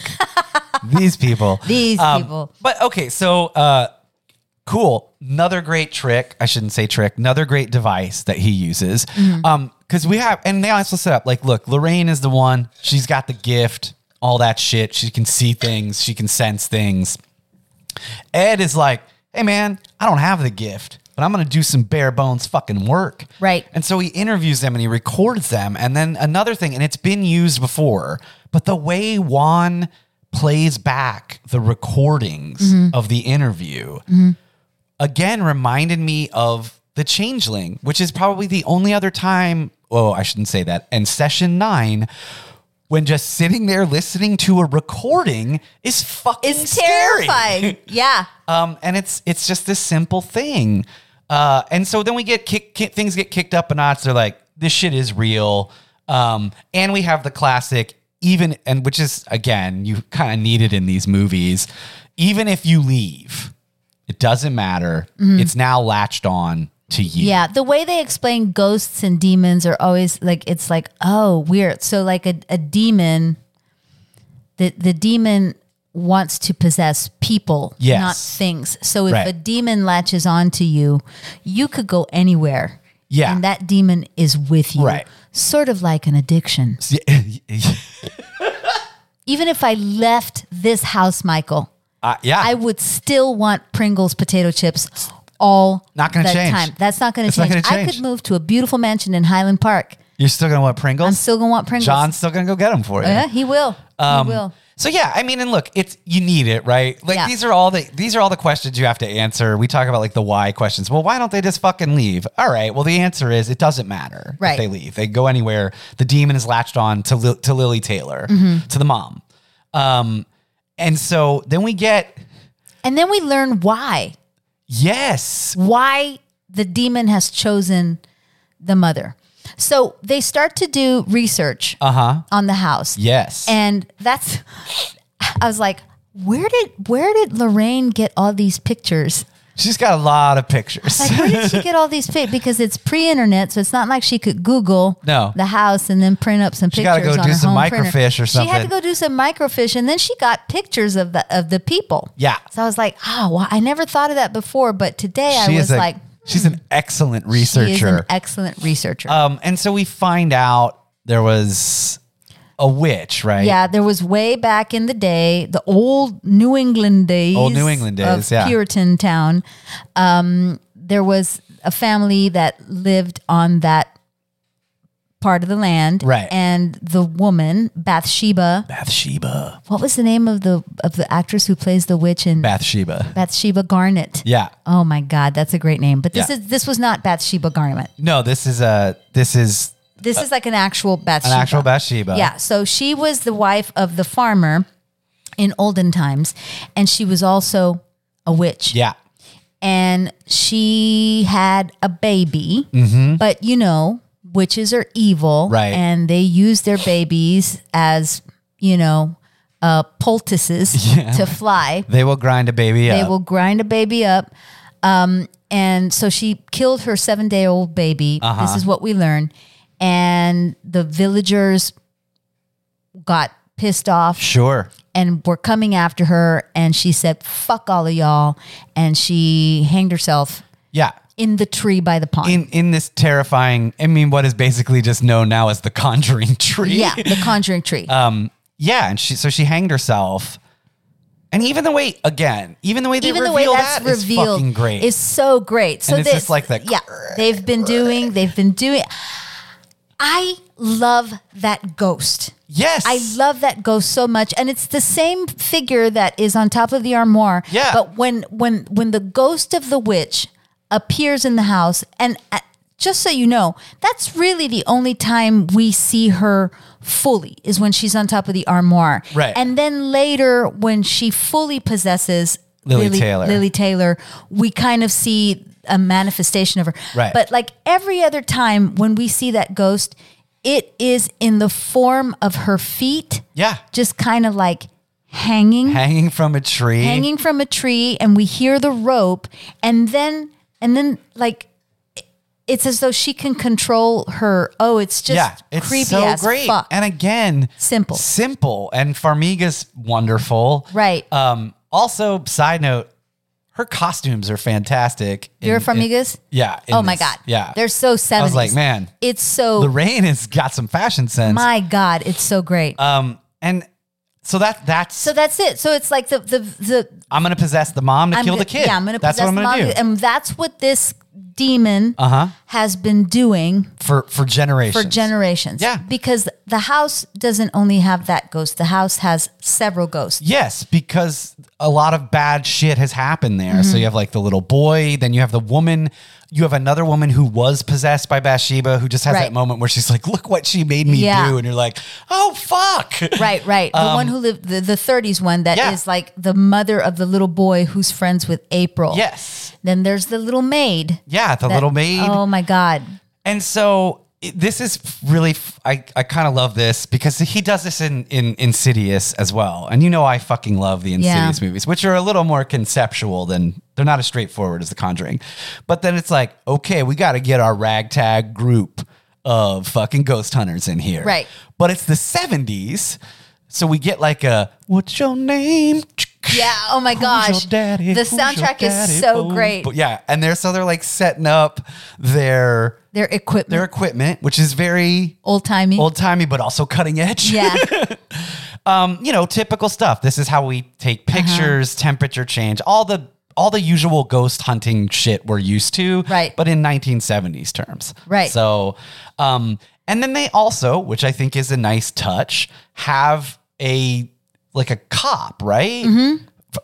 These people. These people. Um, But okay, so uh, cool. Another great trick. I shouldn't say trick. Another great device that he uses. Um, because we have, and they also set up like, look, Lorraine is the one. She's got the gift. All that shit. She can see things. She can sense things. Ed is like, hey man, I don't have the gift, but I'm gonna do some bare bones fucking work. Right. And so he interviews them and he records them. And then another thing, and it's been used before, but the way Juan plays back the recordings Mm-hmm. of the interview again reminded me of The Changeling, which is probably the only other time. Oh, I shouldn't say that. And session nine, when just sitting there listening to a recording is fucking It's scary. terrifying. yeah. Um, and it's it's just this simple thing. Uh, and so then we get kick, kick things get kicked up a notch. They're like, this shit is real. Um, and we have the classic, even and which is again, you kind of need it in these movies. Even if you leave, it doesn't matter. Mm-hmm. It's now latched on to you. Yeah, the way they explain ghosts and demons are always like it's like oh weird. So like a, a demon, the the demon wants to possess people, Yes. not things. So if Right. a demon latches on to you, you could go anywhere. Yeah. and that demon is with you. Right. Sort of like an addiction. Even if I left this house, Michael, Uh, yeah. I would still want Pringles potato chips all Not gonna the change. time. That's not going to It's not change. gonna I change. could move to a beautiful mansion in Highland Park. You're still gonna want Pringles. I'm still going to want Pringles. John's Um, still gonna go get them for you. Yeah, he will. he will. So yeah, I mean, and look, it's you need it, right? Like Yeah. these are all the these are all the questions you have to answer. We talk about like the why questions. Well, why don't they just fucking leave? All right. Well, the answer is it doesn't matter Right. if they leave. They go anywhere. The demon is latched on to Lil to Lily Taylor, Mm-hmm. to the mom. Um, and so then we get And then we learn why. yes, Why the demon has chosen the mother. So they start to do research uh huh, on the house. yes, And that's I was like, where did where did Lorraine get all these pictures? she's got a lot of pictures. Like, where did she get all these pictures? Because it's pre-internet, so it's not like she could Google No. the house and then print up some She pictures. gotta go on do her some home printer. microfiche or She had to something. go do some microfiche, and then she got pictures of the of the people. Yeah. So I was like, oh, well, I never thought of that before, but today she I was is a, like, hmm. she's an excellent she researcher. is an excellent researcher. Um, and so we find out there was a witch, right? yeah, there was way back in the day, the old New England days, Old New England days, of yeah. Puritan town. Um, there was a family that lived on that part of the land, Right. And the woman Bathsheba, Bathsheba. what was the name of the of the actress who plays the witch in Bathsheba. Bathsheba Garnet? Yeah. Oh my God, that's a great name. But this Yeah. is this was not Bathsheba Garnet. No, this is a this is This is like an actual Uh, an Bathsheba. actual Bathsheba. Yeah. So she was the wife of the farmer in olden times, and she was also a witch. Yeah. And she had a baby, but you know, witches are evil. Mm-hmm. Right. And they use their babies as, you know, uh, poultices to fly. They will grind a baby They up. will grind a baby up. Um, and so she killed her seven day old baby. Uh-huh. This is what we learn. And the villagers got pissed off sure. and were coming after her. And she said, fuck all of y'all. And she hanged herself Yeah. in the tree by the pond. In in this terrifying, I mean, what is basically just known now as the Conjuring tree. Uh, yeah, the conjuring tree. Yeah, and she so she hanged herself. And even the way again, even the way they even the reveal way that's that is revealed fucking great. is so great. So And it's they- just like that- Yeah, they've been doing. They've been doing. I love that ghost. yes. I love that ghost so much, and it's the same figure that is on top of the armoire. Yeah. But when when when the ghost of the witch appears in the house, and uh, just so you know, that's really the only time we see her fully is when she's on top of the armoire. Right. And then later, when she fully possesses Lily Taylor. Lily Taylor, we kind of see a manifestation of her. Right. But like every other time when we see that ghost, it is in the form of her feet, Yeah. just kind of like hanging, Hanging from a tree. hanging from a tree, and we hear the rope, and then and then like it's as though she can control her. Oh, it's just yeah, it's creepy so as great. fuck. And again, Simple. simple, and Farmiga's wonderful, Right. Um, also, side note, her costumes are fantastic. in- You're in- from Migas? yeah. in Oh my this. god. yeah. They're so 70s. I was like, man, It's so Lorraine has got some fashion sense. Uh, my god, it's so great. um, and So that that's So that's it. So it's like the the the I'm gonna possess the mom to I'm kill gonna- the kid. Yeah, I'm going to That's possess what I'm the gonna mom, do Uh-huh. and that's what this demon has been doing for for for generations. generations. Yeah. because the house doesn't only have that ghost. The house has several ghosts. Yes, because a lot of bad shit has happened there. So Mm-hmm. you have like the little boy, then you have the woman, you have another woman who was possessed by Bathsheba, who just has Right. that moment where she's like, "Look what she made me Yeah. do," and you're like, "Oh fuck!" Right, right. The one who lived the, the 30s one that is Um, Yeah. like the mother of the little boy who's friends with April. Yes, Then there's the little maid. yeah, the that- little maid, Oh my God. and so it- this is really f- I I kind of love this because he does this in in Insidious as well, and you know I fucking love the Yeah. Insidious movies, which are a little more conceptual than they're not as straightforward as The Conjuring, but then it's like okay, we got to get our ragtag group of fucking ghost hunters in here, Right. But it's the seventies, so we get like a what's your name? Yeah. Oh my gosh. Who's your daddy? The Who's your soundtrack daddy? is so Oh, great. but yeah, and they're so they're like setting up their Their equipment, their equipment, which is very old timey. old timey but also cutting edge. yeah. Um, you know, typical stuff. This is how we take Uh-huh. pictures, temperature change, all the all the usual ghost hunting shit we're used to. Right. But in 1970s terms. Right. So um and then they also, which I think is a nice touch, have a like a cop, right?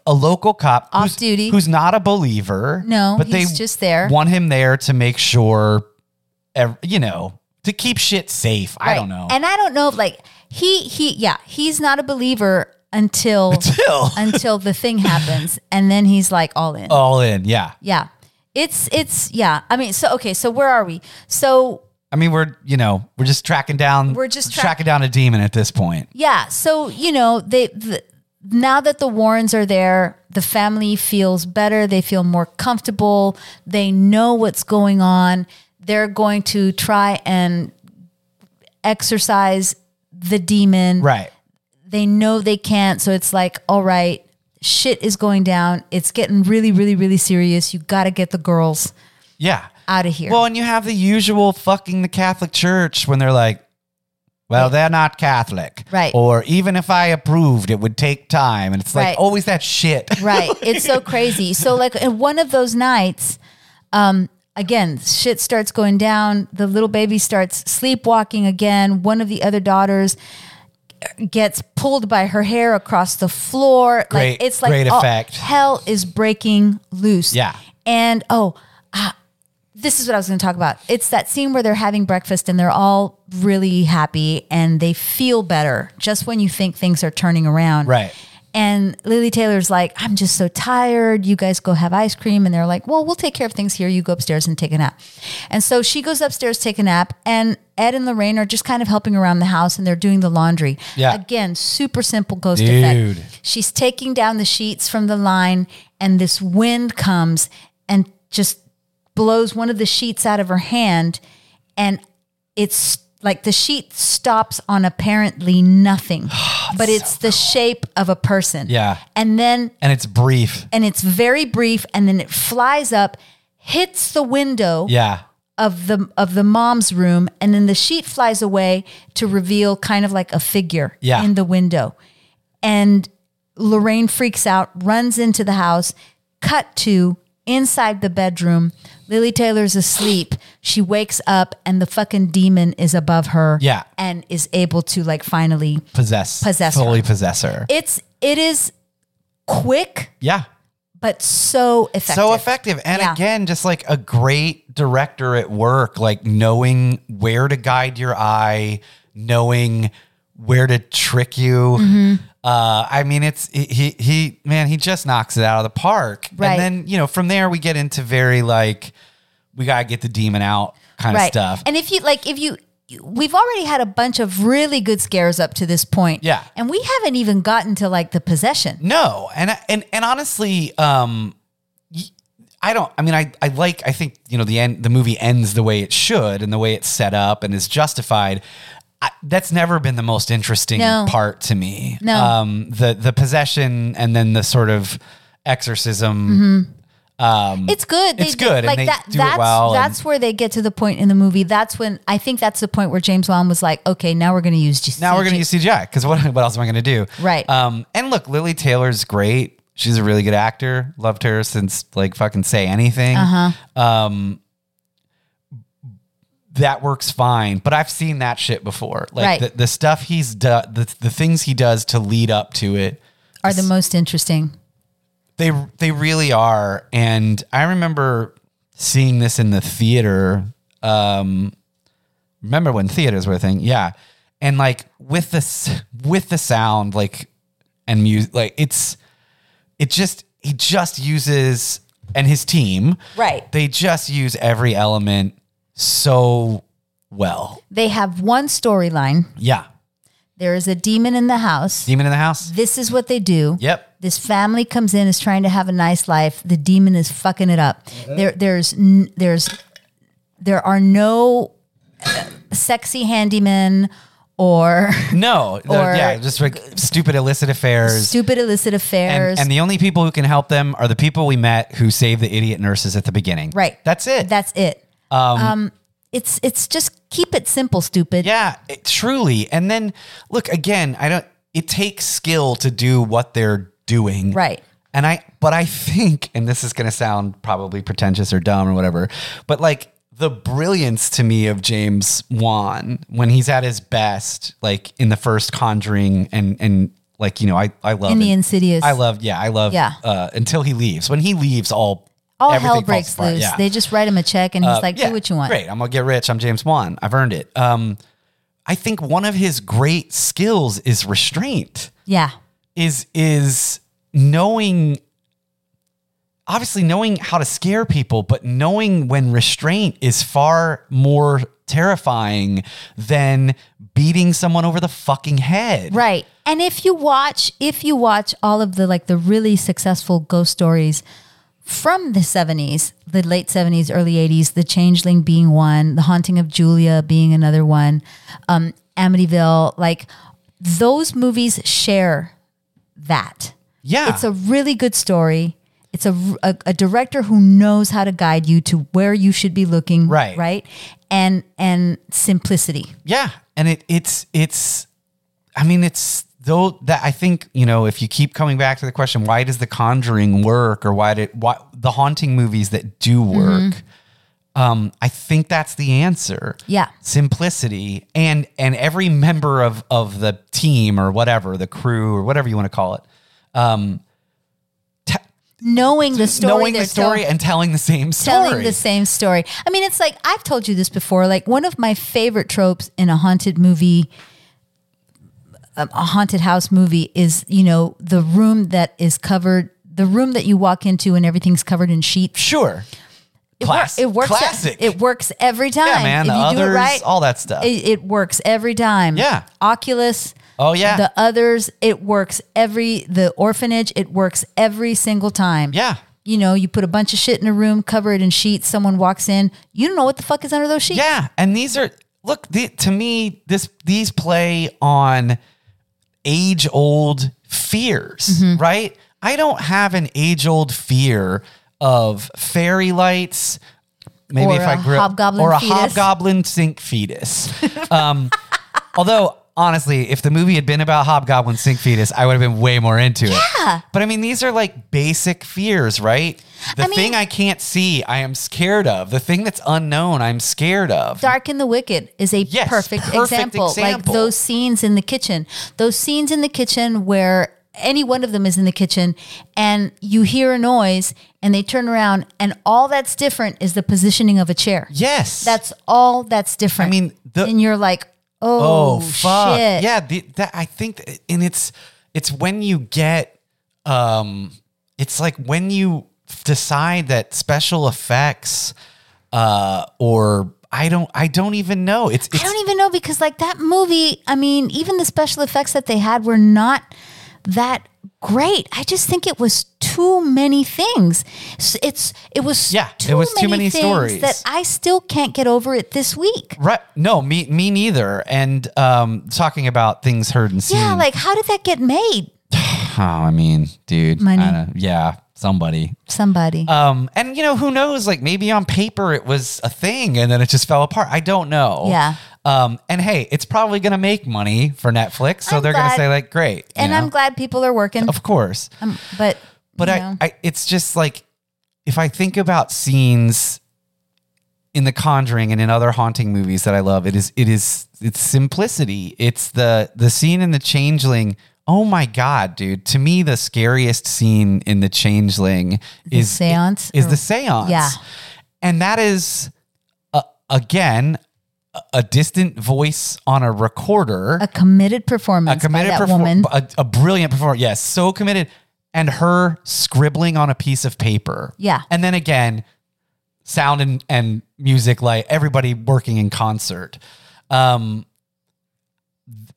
A local cop Mm-hmm. Off who's- duty. who's not a believer. No, but he's they just there. want him there to make sure, ev- you know, to keep shit safe. I don't Right. know. And I don't know if like he he yeah, he's not a believer until Till until the thing happens and then he's like all in. all in, yeah. Yeah. It's it's yeah. I mean, so okay, so where are we? So I mean, we're you know we're just tracking down. We're just tra- tracking down a demon at this point. yeah, so you know, they the, now that the Warrens are there, the family feels better, they feel more comfortable, they know what's going on. They're going to try and exercise the demon. Right. they know they can't. So it's like, all right, shit is going down. It's getting really, really, really serious. You got to get the girls Yeah. out of here. Well, and you have the usual fucking the Catholic Church when they're like, well, they're not Catholic, Right. Or even if I approved, it would take time, and it's like Right. always that shit. right. It's so crazy. So, like, in one of those nights, um, again, shit starts going down. The little baby starts sleepwalking again. One of the other daughters gets pulled by her hair across the floor. Great- like, it's like great all- effect. hell is breaking loose. Yeah. And, oh, this is what I was going to talk about. It's that scene where they're having breakfast and they're all really happy and they feel better just when you think things are turning around. Right. And Lily Taylor's like, I'm just so tired. You guys go have ice cream. And they're like, well, we'll take care of things here. You go upstairs and take a nap. And so she goes upstairs, take a nap. And Ed and Lorraine are just kind of helping around the house and they're doing the laundry. Yeah. Again, super simple ghost Dude. effect. She's taking down the sheets from the line, and this wind comes and just blows one of the sheets out of her hand. And it's like the sheet stops on apparently nothing, but it's the shape of a person. Yeah. And then, and it's brief. and it's very brief, and then it flies up, hits the window Yeah. of the of the mom's room and then the sheet flies away to reveal kind of like a figure Yeah. in the window and Lorraine freaks out runs into the house cut to inside the bedroom Lily Taylor's asleep she wakes up and the fucking demon is above her Yeah. and is able to like finally Possess. Possess her. Fully possess her. it's it is quick yeah. but so effective so effective and Yeah. again just like a great director at work like knowing where to guide your eye knowing where to trick you Mm-hmm. uh, i mean it's he, he he man he just knocks it out of the park Right. and then you know from there we get into very like we gotta get the demon out kind of stuff And if you like, if you, we've already had a bunch of really good scares up to this point. Yeah. And we haven't even gotten to like the possession. No, and I- and and honestly, um, y- I don't. I mean, I I like. I think you know the end. The movie ends the way it should, and the way it's set up and is justified. I, that's never been the most interesting No. part to me. No. um, the the possession and then the sort of exorcism. Um, It's good. It's good, and Like they that. do it that's well, and- that's where they get to the point in the movie. That's when I think that's the point where James Wan was like, "Okay, now we're going to use just now we're going to use CGI because what, what else am I going to do? Right. Um, and look, Lily Taylor's great. She's a really good actor. Loved her since like fucking Say Anything. Uh-huh. Um, that works fine, but I've seen that shit before. Like Right. the, the stuff he's done, the, the things he does to lead up to it, are the most interesting." they they really are. And I remember seeing this in the theater. Um, remember when theaters were a thing? Yeah, and like with this with the sound, like and music, like it's it just he just uses and his team Right. They just use every element so well. They have one storyline. Yeah, There is a demon in the house. demon in the house. This is what they do. Yep. This family comes in is trying to have a nice life. The demon is fucking it up. Uh-huh. There, there's, n- there's, there are no uh, sexy handymen or No, the- Or- yeah, just like stupid illicit affairs. stupid illicit affairs. And, and the only people who can help them are the people we met who saved the idiot nurses at the beginning. Right. That's it. That's it. Um, it's it's just keep it simple, stupid. yeah, it- truly. And then look again. I don't. It takes skill to do what they're doing. Right. And I, but I think, and this is going to sound probably pretentious or dumb or whatever, but like the brilliance to me of James Wan when he's at his best, like in the first Conjuring, and and like you know, I I love In the it. Insidious, I love, yeah, I love, Yeah. Uh, until he leaves. When he leaves, all all everything hell falls breaks apart. loose. Yeah. Uh, They just write him a check, and he's like, Yeah, "Do what you want." Great, I'm gonna get rich. I'm James Wan. I've earned it. Um, I think one of his great skills is restraint. Yeah, Is is knowing. Obviously, knowing how to scare people, but knowing when restraint is far more terrifying than beating someone over the fucking head. right. And if you watch, if you watch all of the like the really successful ghost stories from the seventies, the late seventies, early eighties, The Changeling being one, The Haunting of Julia being another one, um, Amityville, like those movies share that. Yeah. It's a really good story. It's a, a, a director who knows how to guide you to where you should be looking. Right. Right. And, and simplicity. Yeah, and it it's it's I mean it's though that I think, you know, if you keep coming back to the question why does the conjuring work or why did why the haunting movies that do Mm-hmm. work um I think that's the answer. Yeah. Simplicity and and every member of of the team or whatever, the crew or whatever you want to call it. Knowing the story. knowing they're the story tell- and telling the same story. telling the same story. I mean, it's like, I've told you this before, like one of my favorite tropes in a haunted movie, um, a haunted house movie is, you know, the room that is covered, the room that you walk into and everything's covered in sheets. sure. It wor- Class- It works. e-, Classic. It works every time. yeah, man, If the you others, do it right, all that stuff. it, it works every time. Yeah. Oculus. Oh, yeah. The others, it works every the orphanage, it works every single time. yeah. You know, you put a bunch of shit in a room, cover it in sheets, someone walks in, you don't know what the fuck is under those sheets. Yeah, and these are look the, to me this these play on age old fears, Mm-hmm. right? I don't have an age old fear of fairy lights. Maybe Or if I a grew up- hobgoblin or a fetus. hobgoblin sink fetus. Um, although honestly, if the movie had been about hobgoblin sink fetus, I would have been way more into it. Yeah. But I mean, these are like basic fears, right? The I mean- thing I can't see, I am scared of. The thing that's unknown, I'm scared of. Dark and the Wicked is a Yes, perfect, perfect example. Like example. those scenes in the kitchen, those scenes in the kitchen where any one of them is in the kitchen and you hear a noise and they turn around and all that's different is the positioning of a chair. Yes. That's all that's different. I mean, the- and you're like, oh oh, fuck. shit. Yeah, the, that I think th- and it's it's when you get um it's like when you decide that special effects uh or I don't I don't even know. It's I it's don't e-, even know because like that movie, I mean, even the special effects that they had were not that great. I just think it was too many things. S- It's it was Yeah, it was too many things stories. that I still can't get over it this week. Right. No, me me neither. And um talking about things heard and seen. Yeah, like how did that get made? oh, I mean, dude. I Money. don't- yeah. somebody. Somebody. Um, and you know, who knows? Like maybe on paper it was a thing, and then it just fell apart. I don't know. Yeah. Um, and hey, it's probably gonna make money for Netflix, so I'm they're gonna glad- say like, great. you and I'm know? glad people are working. of course. Um, but But you I, know. I, it's just like if I think about scenes in The Conjuring and in other haunting movies that I love, it is, it is, it's simplicity. It's the the scene in The Changeling. Oh my god, dude! To me, the scariest scene in The Changeling is seance is or- the seance. Yeah. and that is uh, again a- a distant voice on a recorder a committed performance by that perfor- woman. A, a brilliant performance. Yes, so committed. And her scribbling on a piece of paper. Yeah. And then again, sound and, and music, like everybody working in concert. Um,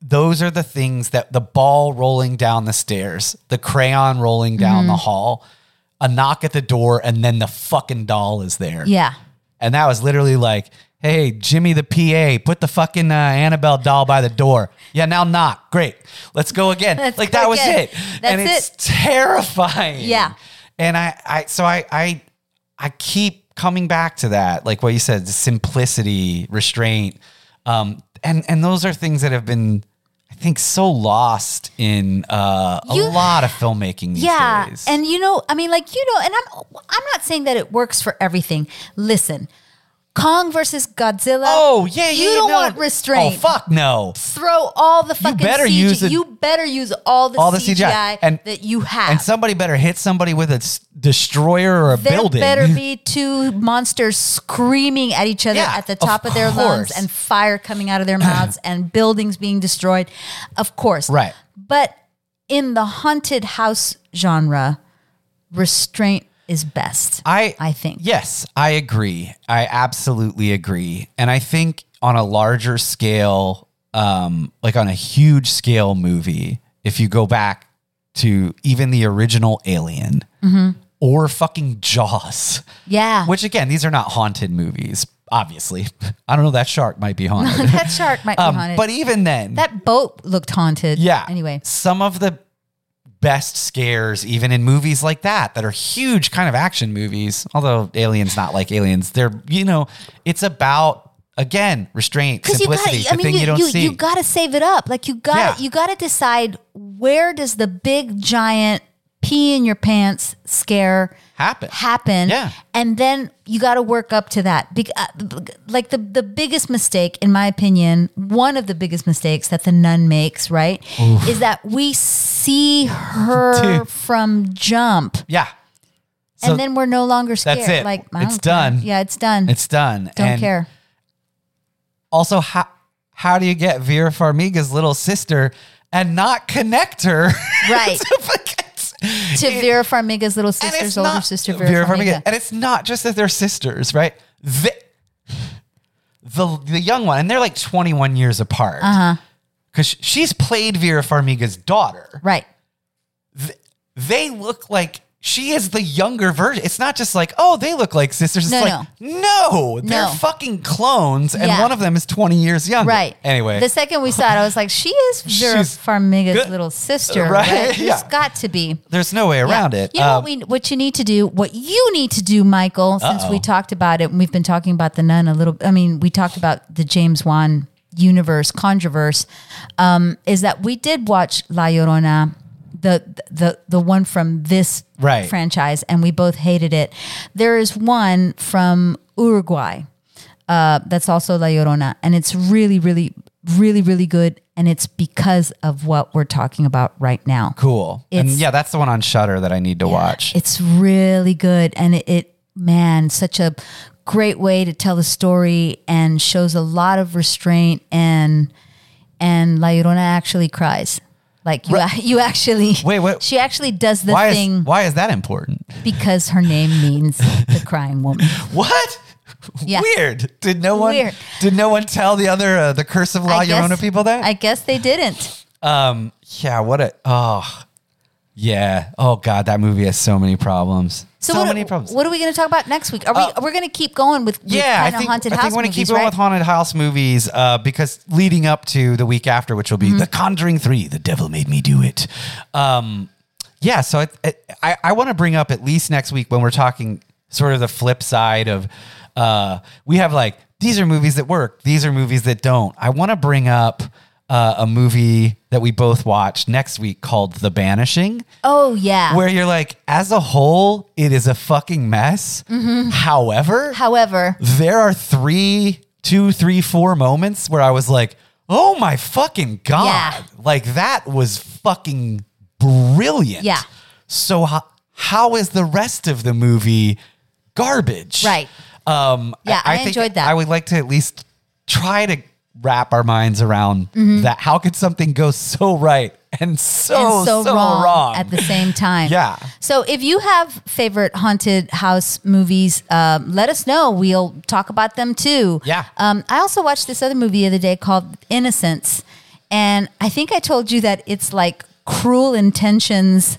those are the things that the ball rolling down the stairs, the crayon rolling Mm-hmm. down the hall, a knock at the door, and then the fucking doll is there. yeah. And that was literally like, hey, Jimmy the PA, put the fucking uh, Annabelle doll by the door. Yeah, now knock. Great. Let's go again. Let's like go that was again. it. and That's it's terrifying. Yeah. And I, I, so I, I, I keep coming back to that, like what you said, the simplicity, restraint, um, and and those are things that have been, I think, so lost in uh, a You- lot of filmmaking these yeah days. and you know i mean like you know and i'm i'm not saying that it works for everything listen kong versus godzilla oh yeah, you yeah, don't no. want restraint Oh fuck no. throw all the fucking better CG. use the- you better use all the, All the CGI, CGI. And- that you have And somebody better hit somebody with a s- destroyer or a there building. better be two monsters screaming at each other Yeah, at the top of of, their lungs course. and fire coming out of their mouths and buildings being destroyed. Of course. Right. But in the haunted house genre, restraint is best. I I think. Yes, I agree. I absolutely agree. And I think on a larger scale, um, like on a huge scale movie, if you go back to even the original Alien Mm-hmm. or fucking Jaws, Yeah. which again, these are not haunted movies, obviously. I don't know. That shark might be haunted. that shark might be um, haunted. but even then, that boat looked haunted. Yeah. Anyway. some of the best scares, even in movies like that, that are huge kind of action movies, although Aliens not like Aliens, they're, you know, it's about, again, restraint, Because you simplicity, got, I the mean, thing you, you, don't you, see. you got to save it up. Like you got, Yeah. to you got to decide where does the big giant pee in your pants scare happen. happen Yeah. and then you got to work up to that Bec- uh, b- like the the biggest mistake in my opinion one of the biggest mistakes that the nun makes right is that we see her Dude. from jump yeah. So and then we're no longer scared that's it. like I It's don't care. done. yeah it's done it's done. don't And care Also, how, how do you get Vera Farmiga's little sister and not connect her? Right. to to Vera Farmiga's little sister's older sister Vera, Farmiga. And it's not just that they're sisters, right? The, the, the young one, and they're like 21 years apart. Uh-huh. Because she's played Vera Farmiga's daughter. Right. They look like she is the younger version. It's not just like, oh, they look like sisters. It's No, like, no, they're No. fucking clones, and Yeah. one of them is 20 years younger. Right. Anyway. the second we saw it, I was like, "She is Vera She's Farmiga's good. little sister, Right. right? She's Yeah. got to be." there's no way around it. You know Um, what, we, what you need to do, what you need to do, Michael, since Uh-oh. we talked about it and we've been talking about the nun a little, I mean, we talked about the James Wan universe, controverse, um, is that we did watch La Llorona, the, the, the one from this Right. franchise, and we both hated it. There is one from Uruguay uh, that's also La Llorona, and it's really, really, really, really good. And it's because of what we're talking about right now. cool. And It's- yeah, that's the one on Shutter that I need to watch. It's really good, and it, it man, such a great way to tell the story, and shows a lot of restraint and and La Llorona actually cries, like you you actually Wait, what- she actually does the Why is, thing why is that important? because her name means the crying woman. What? Yeah. Weird. Did no one Weird. did no one tell the other uh, the curse of La I guess- Llorona people that? I guess they didn't. um yeah, what a oh yeah. Oh god, that movie has so many problems. So, what, many problems. Uh, What are we going to talk about next week? Are we we're going to keep going with, with yeah, I kind of think, haunted I house think want to movies, keep going right? with haunted house movies uh, because leading Mm-hmm. up to the week after, which will be The Conjuring Three, The Devil Made Me Do It. Um, Yeah, so it, it, I I want to bring up at least next week when we're talking sort of the flip side of uh, we have like these are movies that work, these are movies that don't. I want to bring up uh, a movie that we both watched next week called The Banishing, Oh yeah. where you're like, as a whole, it is a fucking mess. Mm-hmm. However, However, there are three, two, three, four moments where I was like, oh my fucking God. Yeah. Like that was fucking brilliant. Yeah. So, ho- how is the rest of the movie garbage? Right. Um, Yeah, I think enjoyed that. I would like to at least try to wrap our minds around Mm-hmm. that. How could something go so right and so, and Oh, so, so, wrong? wrong, at the same time. Yeah. So if you have favorite haunted house movies, um, let us know. We'll talk about them too. Yeah. Um, I also watched this other movie the other day called Innocence, and I think I told you that it's like Cruel Intentions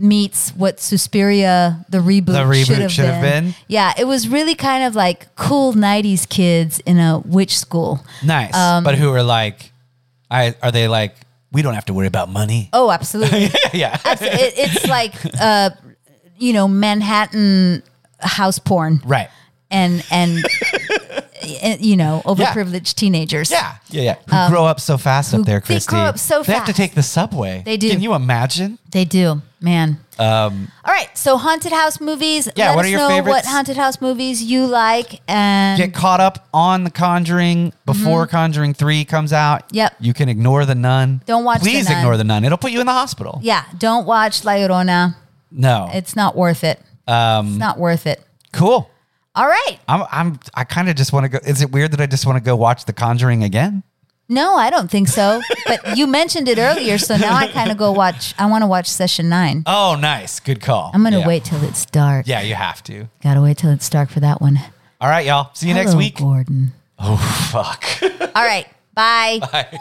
meets what Suspiria the reboot, The reboot should have should have been. been. Yeah, it was really kind of like cool '90s kids in a witch school. Nice. um, but who are like, I are they like, we don't have to worry about money? Oh, absolutely. yeah. Abs- it, it's like uh, you know Manhattan house porn Right. and and y- you know overprivileged teenagers. Yeah. Yeah. Yeah. Who grow up so fast up there, Um, they grow Christy. up so They have to fast. take the subway. They do. Can you imagine? they do, man. Um, All right, so haunted house movies. Yeah, Let what us are your know what favorites? haunted house movies you like and Get caught up on The Conjuring before Conjuring 3 comes out. Mm-hmm. Yep. You can ignore The Nun. Don't watch The Please Nun. ignore The Nun. It'll put you in the hospital. yeah. Don't watch La Llorona. No. It's not worth it. Um, it's not worth it. cool. All right. I'm, I'm, I kind of just want to go. Is it weird that I just want to go watch The Conjuring again? No, I don't think so. but you mentioned it earlier, so now I kind of go watch. I want to watch session nine. Oh, nice. Good call. I'm gonna Yeah. wait till it's dark. Yeah, you have to. Gotta wait till it's dark for that one. All right, y'all. See you next Hello, week. Gordon. Oh, fuck. All right. Bye. Bye.